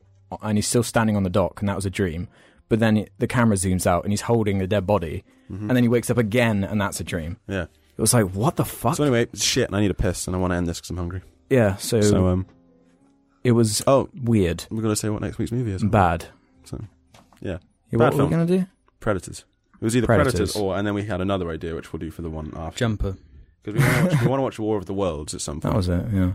S3: and he's still standing on the dock, and that was a dream. But then it- the camera zooms out, and he's holding the dead body,
S5: Mm-hmm.
S3: and then he wakes up again, and that's a dream.
S5: yeah.
S3: It was like, what the fuck?
S5: So uh, anyway, shit, and I need a piss, and I want to end this because I'm hungry.
S3: yeah. So,
S5: So um,
S3: It was
S5: Oh,
S3: weird,
S5: we're gonna say what next week's movie is.
S3: bad.
S5: So, yeah,
S3: Yeah,
S5: Bad
S3: what were
S5: film.
S3: we gonna do?
S5: Predators. It was either Predators,
S3: Predators.
S5: or, and then we had another idea which we'll do for the one after
S2: Jumper.
S5: because we want to watch, we wanna watch War of the Worlds at some
S3: That
S5: point
S3: was it. Yeah.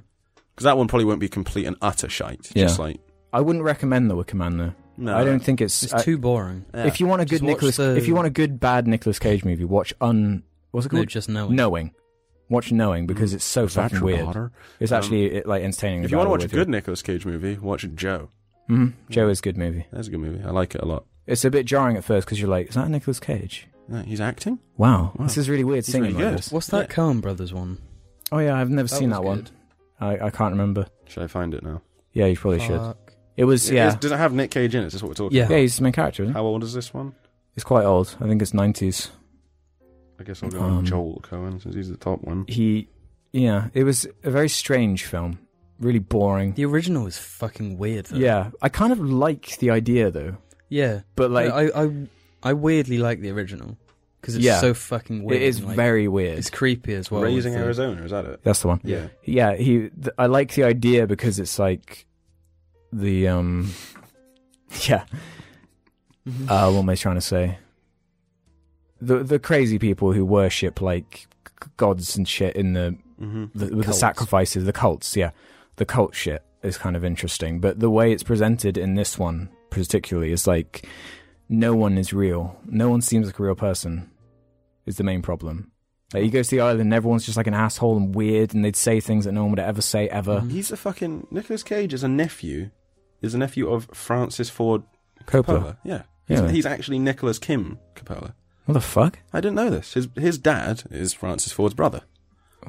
S5: because that one probably won't be complete and utter shite.
S3: Yeah.
S5: Just like
S3: I wouldn't recommend the Wicker Man though.
S5: no,
S3: I don't think it's.
S2: It's
S3: I-
S2: too boring.
S5: yeah.
S3: If you want a
S2: Just
S3: good
S2: watch
S3: Nicholas,
S2: the-
S3: if you want a good bad Nicolas Cage movie, watch un. What's it
S2: No,
S3: called?
S2: just knowing.
S3: knowing. Watch knowing because it's so
S5: Is that
S3: fucking
S5: your
S3: weird.
S5: daughter?
S3: It's
S5: Um,
S3: actually it, like entertaining.
S5: If you want to watch a good Nicolas Cage movie, watch Joe.
S3: hmm Joe is a good movie.
S5: That's a good movie. I like it a lot.
S3: It's a bit jarring at first because you're like, is that Nicolas Cage?
S5: Yeah, he's acting.
S3: Wow,
S5: Wow.
S3: this is really weird
S5: He's
S3: singing
S5: really
S3: like
S5: good.
S3: this.
S2: What's that
S5: Yeah.
S2: Coen Brothers one?
S3: Oh yeah, I've never seen
S2: was
S3: that one.
S2: good.
S3: I, I can't remember.
S5: Should I find it now?
S3: Yeah, you probably should.
S2: Fuck.
S3: It was yeah.
S5: It is- does it have Nick Cage in it? Is this what we're talking?
S2: Yeah.
S5: about?
S3: yeah, he's the main character. Isn't he?
S5: How old is this one?
S3: It's quite old. I think it's nineties.
S5: I guess I'll go
S3: Um,
S5: with Joel Cohen since he's the top one.
S3: He, yeah, it was a very strange film. Really boring.
S2: The original was fucking weird. Though.
S3: Yeah, I kind of like the idea though,
S2: yeah.
S3: but like
S2: I, I, I weirdly like the original because it's
S3: Yeah.
S2: so fucking weird.
S3: it is
S2: and, like,
S3: very weird.
S2: It's creepy as well.
S5: Raising
S2: with the-
S5: Arizona, is that it?
S3: That's the one.
S5: Yeah.
S3: yeah he th- i like the idea because it's like the um yeah
S2: Mhm.
S3: uh what am i trying to say the the crazy people who worship like g- gods and shit in the,
S5: Mm-hmm.
S3: the with the
S2: Cults.
S3: sacrifices the cults yeah the cult shit is kind of interesting but the way it's presented in this one particularly is like no one is real no one seems like a real person is the main problem like you go to the island and everyone's just like an asshole and weird and they'd say things that no one would ever say ever
S5: He's a fucking Nicolas Cage is a nephew, is a nephew of Francis Ford
S3: Coppola.
S5: Coppola. Yeah,
S3: Yeah.
S5: He's, he's actually Nicolas Kim Coppola.
S3: What the fuck?
S5: I didn't know this. His his dad is Francis Ford's brother.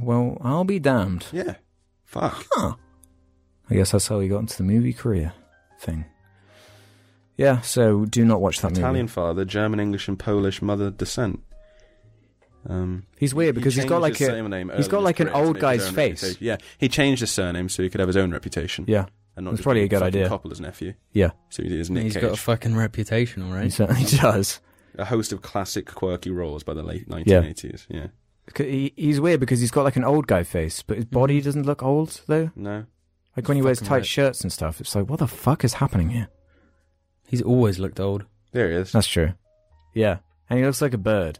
S3: Well, I'll be damned.
S5: Yeah, fuck.
S3: Huh. I guess that's how he got into the movie career thing. Yeah, so do not watch that
S5: Italian
S3: movie.
S5: father, German, English, and Polish mother descent. Um,
S3: He's weird Oh, because
S5: he
S3: he's got
S5: changed
S3: like
S5: his
S3: a
S5: surname
S3: he's
S5: early
S3: got
S5: in
S3: like
S5: his
S3: an
S5: career to
S3: old
S5: make his
S3: guy's
S5: own
S3: face.
S5: reputation. Yeah, he changed his surname so he could have his own reputation.
S3: Yeah,
S5: and not
S3: That's
S5: just
S3: probably
S5: be
S3: a good
S5: fucking
S3: idea.
S5: Coppola's nephew.
S3: yeah,
S5: So he is
S2: And
S5: Nick
S2: He's
S5: Cage.
S2: got a fucking reputation, all
S3: he
S2: right.
S3: certainly does.
S5: a host of classic quirky roles by the late 1980s. Yeah.
S3: 'Cause he- He's weird because he's got like an old guy face, but his body doesn't look old though.
S5: No.
S3: Like when he wears
S2: Fucking
S3: tight
S2: right.
S3: shirts and stuff, it's like what the fuck is happening here?
S2: He's always looked old.
S5: There he is.
S3: That's true. Yeah, and he looks like a bird.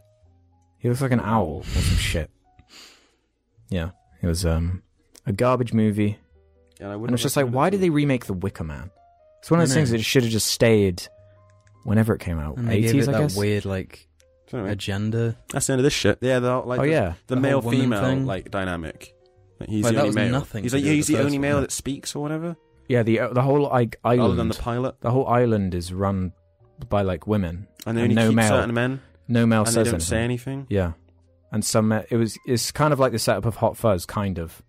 S3: He looks like an owl or some shit. Yeah, it was um a garbage movie.
S5: And, I
S3: And it's just like, why did they remake The Wicker Man? It's one of
S2: I
S3: those things
S2: know.
S3: that should have just stayed whenever it came out.
S2: And they gave it
S3: Oh, Eighties, I
S2: that
S3: guess.
S2: weird like agenda.
S5: That's the end of this shit. Yeah, the, like,
S3: Oh,
S5: the,
S3: yeah.
S5: the,
S2: The
S5: male
S2: whole woman
S5: female
S2: thing.
S5: like dynamic. Like, he's
S2: Like,
S5: the
S2: that
S5: only
S2: was
S5: male.
S2: nothing
S5: he's
S2: to
S5: like,
S2: do
S5: yeah,
S2: with
S5: he's
S2: the
S5: the
S2: first
S5: only
S2: one,
S5: male
S2: yeah.
S5: that speaks or whatever,
S3: Yeah, the uh, the whole I-
S5: other than
S3: island,
S5: the
S3: the...
S5: pilot.
S3: whole island is run by like women.
S5: And they
S3: And
S5: only
S3: no
S5: keep
S3: male.
S5: certain men,
S3: No male
S5: and they
S3: says
S5: don't
S3: anything.
S5: say anything.
S3: Yeah, and some uh, it was it's kind of like the setup of Hot Fuzz, kind of.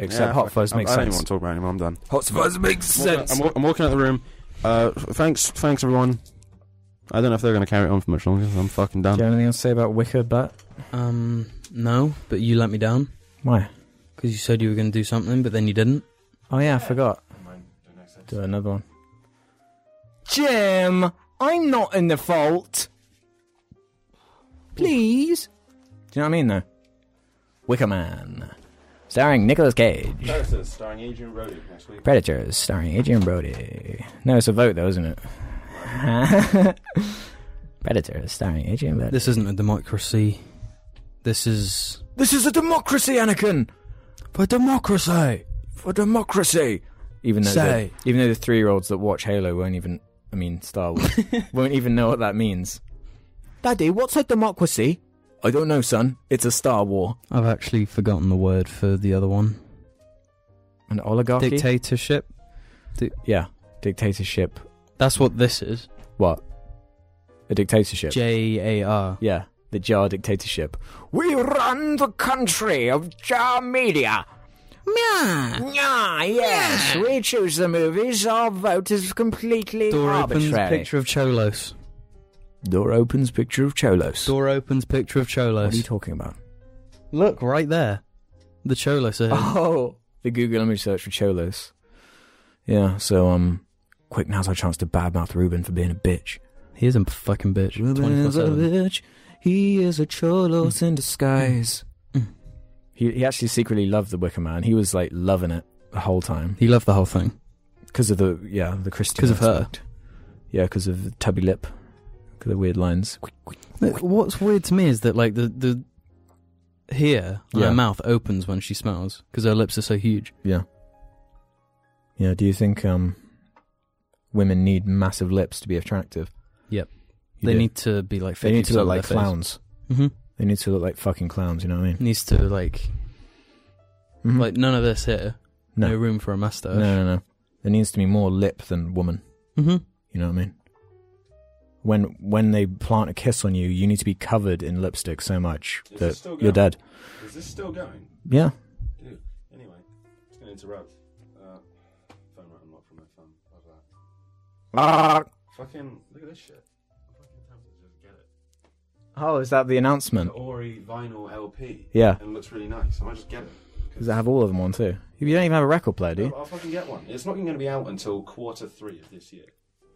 S3: Except
S5: Yeah,
S3: Hot
S5: fuck.
S3: Fuzz
S5: I-
S3: makes
S5: I don't even
S3: sense.
S5: want to talk about it anymore. I'm done.
S3: Hot Fuzz makes sense.
S5: I'm, wa- I'm walking out of the room. Uh, f- thanks, thanks everyone. I don't know if they're going to carry it on for much longer. I'm fucking
S3: Do
S5: done.
S3: you have anything else to say about Wicker? But
S2: Um, no, but you let me down
S3: why?
S2: because you said you were going to do something, but then you didn't.
S3: Oh yeah, I forgot. Do another one. Jim, I'm not in the fault. Please. Do you know what I mean though? Wicker Man. Starring Nicolas Cage.
S5: starring Adrian Brody next week.
S3: Predators starring Adrian Brody. No, it's a vote though, isn't it? Predators starring Adrian Brody.
S2: This isn't a democracy. This is
S3: this is a democracy, Anakin!
S2: for democracy.
S3: For democracy! Even though,
S2: Say.
S3: The, even though the three year olds that watch Halo won't even, I mean, Star Wars, won't even know what that means. Daddy, what's a democracy? I don't know, son. It's a Star War.
S2: I've actually forgotten the word for the other one.
S3: An oligarchy?
S2: Dictatorship.
S3: yeah. Dictatorship.
S2: That's what this is.
S3: What? A dictatorship.
S2: J A R.
S3: yeah. The Jar dictatorship. We run the country of Jar Media. Yeah, yes. We choose the movies. Our vote is completely
S2: Door opens
S3: arbitrary.
S2: picture of Cholos.
S3: Door opens picture of Cholos.
S2: Door opens picture of
S3: What are you
S2: Cholos.
S3: talking about?
S2: Look right there. The Cholos are.
S3: Oh, the Google image search for Cholos. Yeah, so um, quick now's our chance to badmouth Ruben for being a bitch.
S2: He is a fucking bitch. 24/7.
S3: bitch. He is a cholos in disguise. he he actually secretly loved the Wicker Man. He was like loving it the whole time.
S2: He loved the whole thing.
S3: because of the yeah the Christian
S6: 'Cause of her.
S3: aspect. yeah because of the tubby lip, 'Cause of the weird lines.
S2: Look, What's weird to me is that like the the here like,
S3: Yeah.
S2: her mouth opens when she smiles because her lips are so huge.
S3: Yeah, do you think um, women need massive lips to be attractive?
S2: Yep.
S3: You
S2: they
S3: do.
S2: need to be like 50%
S3: they need to look like
S2: of their face.
S3: clowns.
S2: Mhm.
S3: They need to look like fucking clowns. You know what I mean?
S2: Needs to like
S3: Mhm.
S2: like uh, none of this here.
S3: No.
S2: No, room for a
S3: no,
S2: mustache.
S3: no, no. There needs to be more lip than woman.
S2: Mm-hmm.
S3: You know what I mean? When when they plant a kiss on you, you need to be covered in lipstick so much
S5: Is it
S3: that
S5: still
S3: you're
S5: going?
S3: dead.
S5: Is this still going?
S3: Yeah.
S5: Dude, anyway, it's going to interrupt. Uh, phone right unlocked from my phone. Love that. Fucking, look at this shit. I'm fucking tempted to just get it.
S3: Oh, is that the announcement?
S5: The Ori vinyl LP.
S3: Yeah.
S5: And it looks really nice. I might just get it.
S3: Does it have all of them on too? You don't even have a record player, do
S5: No,
S3: you?
S5: but I'll fucking get one. It's not going to be out until quarter three of this year.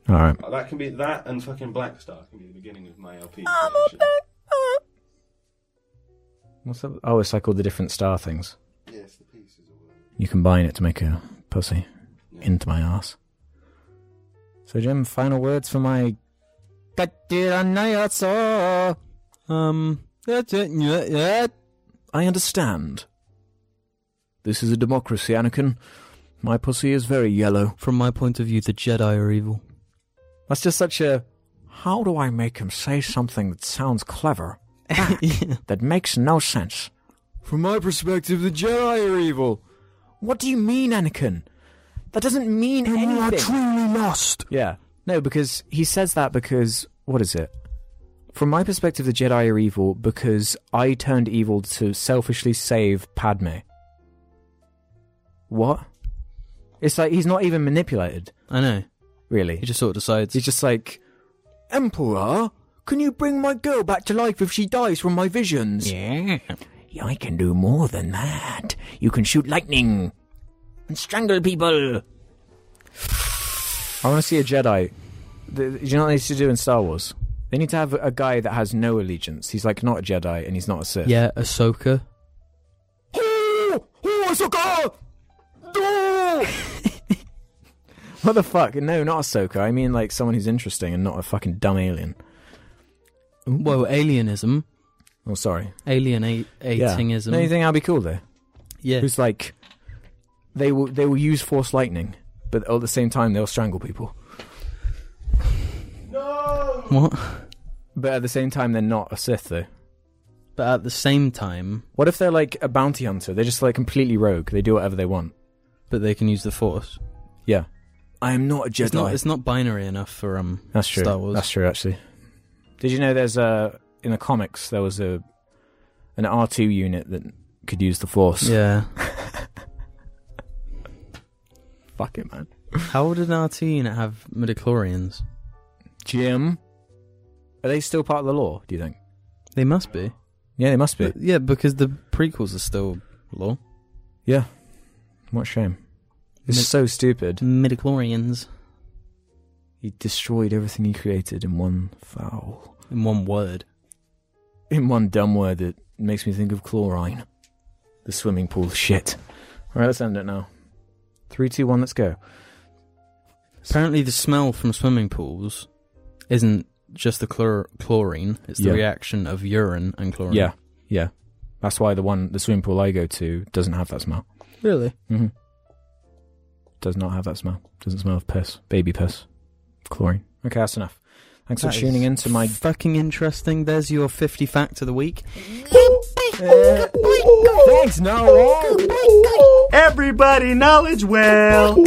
S3: All right.
S5: Uh, That can be that and fucking Black Star can be the beginning of my LP. collection.
S3: What's up? Oh, it's like all the different star things.
S5: Yes, the piece is all over.
S3: You combine it to make a pussy
S5: Yeah.
S3: into my ass. So, Jim, final words for my. I
S2: Um. That's it. Yeah, yeah.
S3: understand. This is a democracy, Anakin. My pussy is very yellow.
S2: From my point of view, the Jedi are evil.
S3: That's just such a. How do I make him say something that sounds clever?
S2: yeah.
S3: that makes no sense. From my perspective, the Jedi are evil. What do you mean, Anakin? That doesn't mean anything. You are truly lost. Yeah. No, because he says that because what is it? From my perspective, the Jedi are evil because I turned evil to selfishly save Padme. What? It's like he's not even manipulated,
S2: I know.
S3: really.
S2: He just sort of decides.
S3: He's just like, Emperor, can you bring my girl back to life if she dies from my visions?
S2: yeah.
S3: Yeah, I can do more than that. You can shoot lightning and strangle people. I want to see a Jedi. The- the- Do you know what they used to do in Star Wars? They need to have a guy that has no allegiance. He's like not a Jedi and he's not a Sith.
S2: Yeah. Ahsoka.
S3: Oh, oh, Ahsoka! Oh! what the fuck? No, not Ahsoka. I mean like someone who's interesting and not a fucking dumb alien.
S2: Whoa. Alienism.
S3: Oh, sorry.
S2: Alienatingism.
S3: Yeah. No, you think I'd be cool there?
S2: yeah.
S3: Who's like, they will they will use force lightning, but at the same time they'll strangle people.
S2: What?
S3: But at the same time they're not a Sith though.
S2: But at the same time,
S3: What if they're like a bounty hunter? They're just like completely rogue. They do whatever they want.
S2: but they can use the Force.
S3: Yeah. I am not a Jedi.
S2: It's not. It's not binary enough for um.
S3: That's true.
S2: Star Wars.
S3: That's true. Actually, did you know there's a in the comics there was a an R two unit that could use the Force.
S2: Yeah.
S3: Fuck it, man.
S2: How did an RT unit have midichlorians?
S3: Jim, are they still part of the law? Do you think?
S2: They must be.
S3: Yeah, they must be.
S2: But- yeah, because the prequels are still law.
S3: yeah. What a shame. It's
S2: Mid-
S3: so stupid.
S2: Midichlorians.
S3: He destroyed everything he created in one foul.
S2: In one word.
S3: In one dumb word that makes me think of chlorine. The swimming pool shit. Alright, let's end it now. Three, two, one, let's go.
S2: Apparently, the smell from swimming pools isn't just the chlor- chlorine, it's the
S3: Yeah.
S2: reaction of urine and chlorine.
S3: Yeah, yeah. That's why the one, the swimming pool I go to doesn't have that smell.
S2: Really?
S3: Mm-hmm. Does not have that smell. Doesn't smell of piss. Baby piss. Chlorine. Okay, that's enough. Thanks
S2: That
S3: for
S2: is
S3: tuning in to my.
S2: Fucking interesting. There's your 50 fact of the week.
S4: oh,
S2: oh,
S3: Thanks, no!
S7: Everybody knowledge well.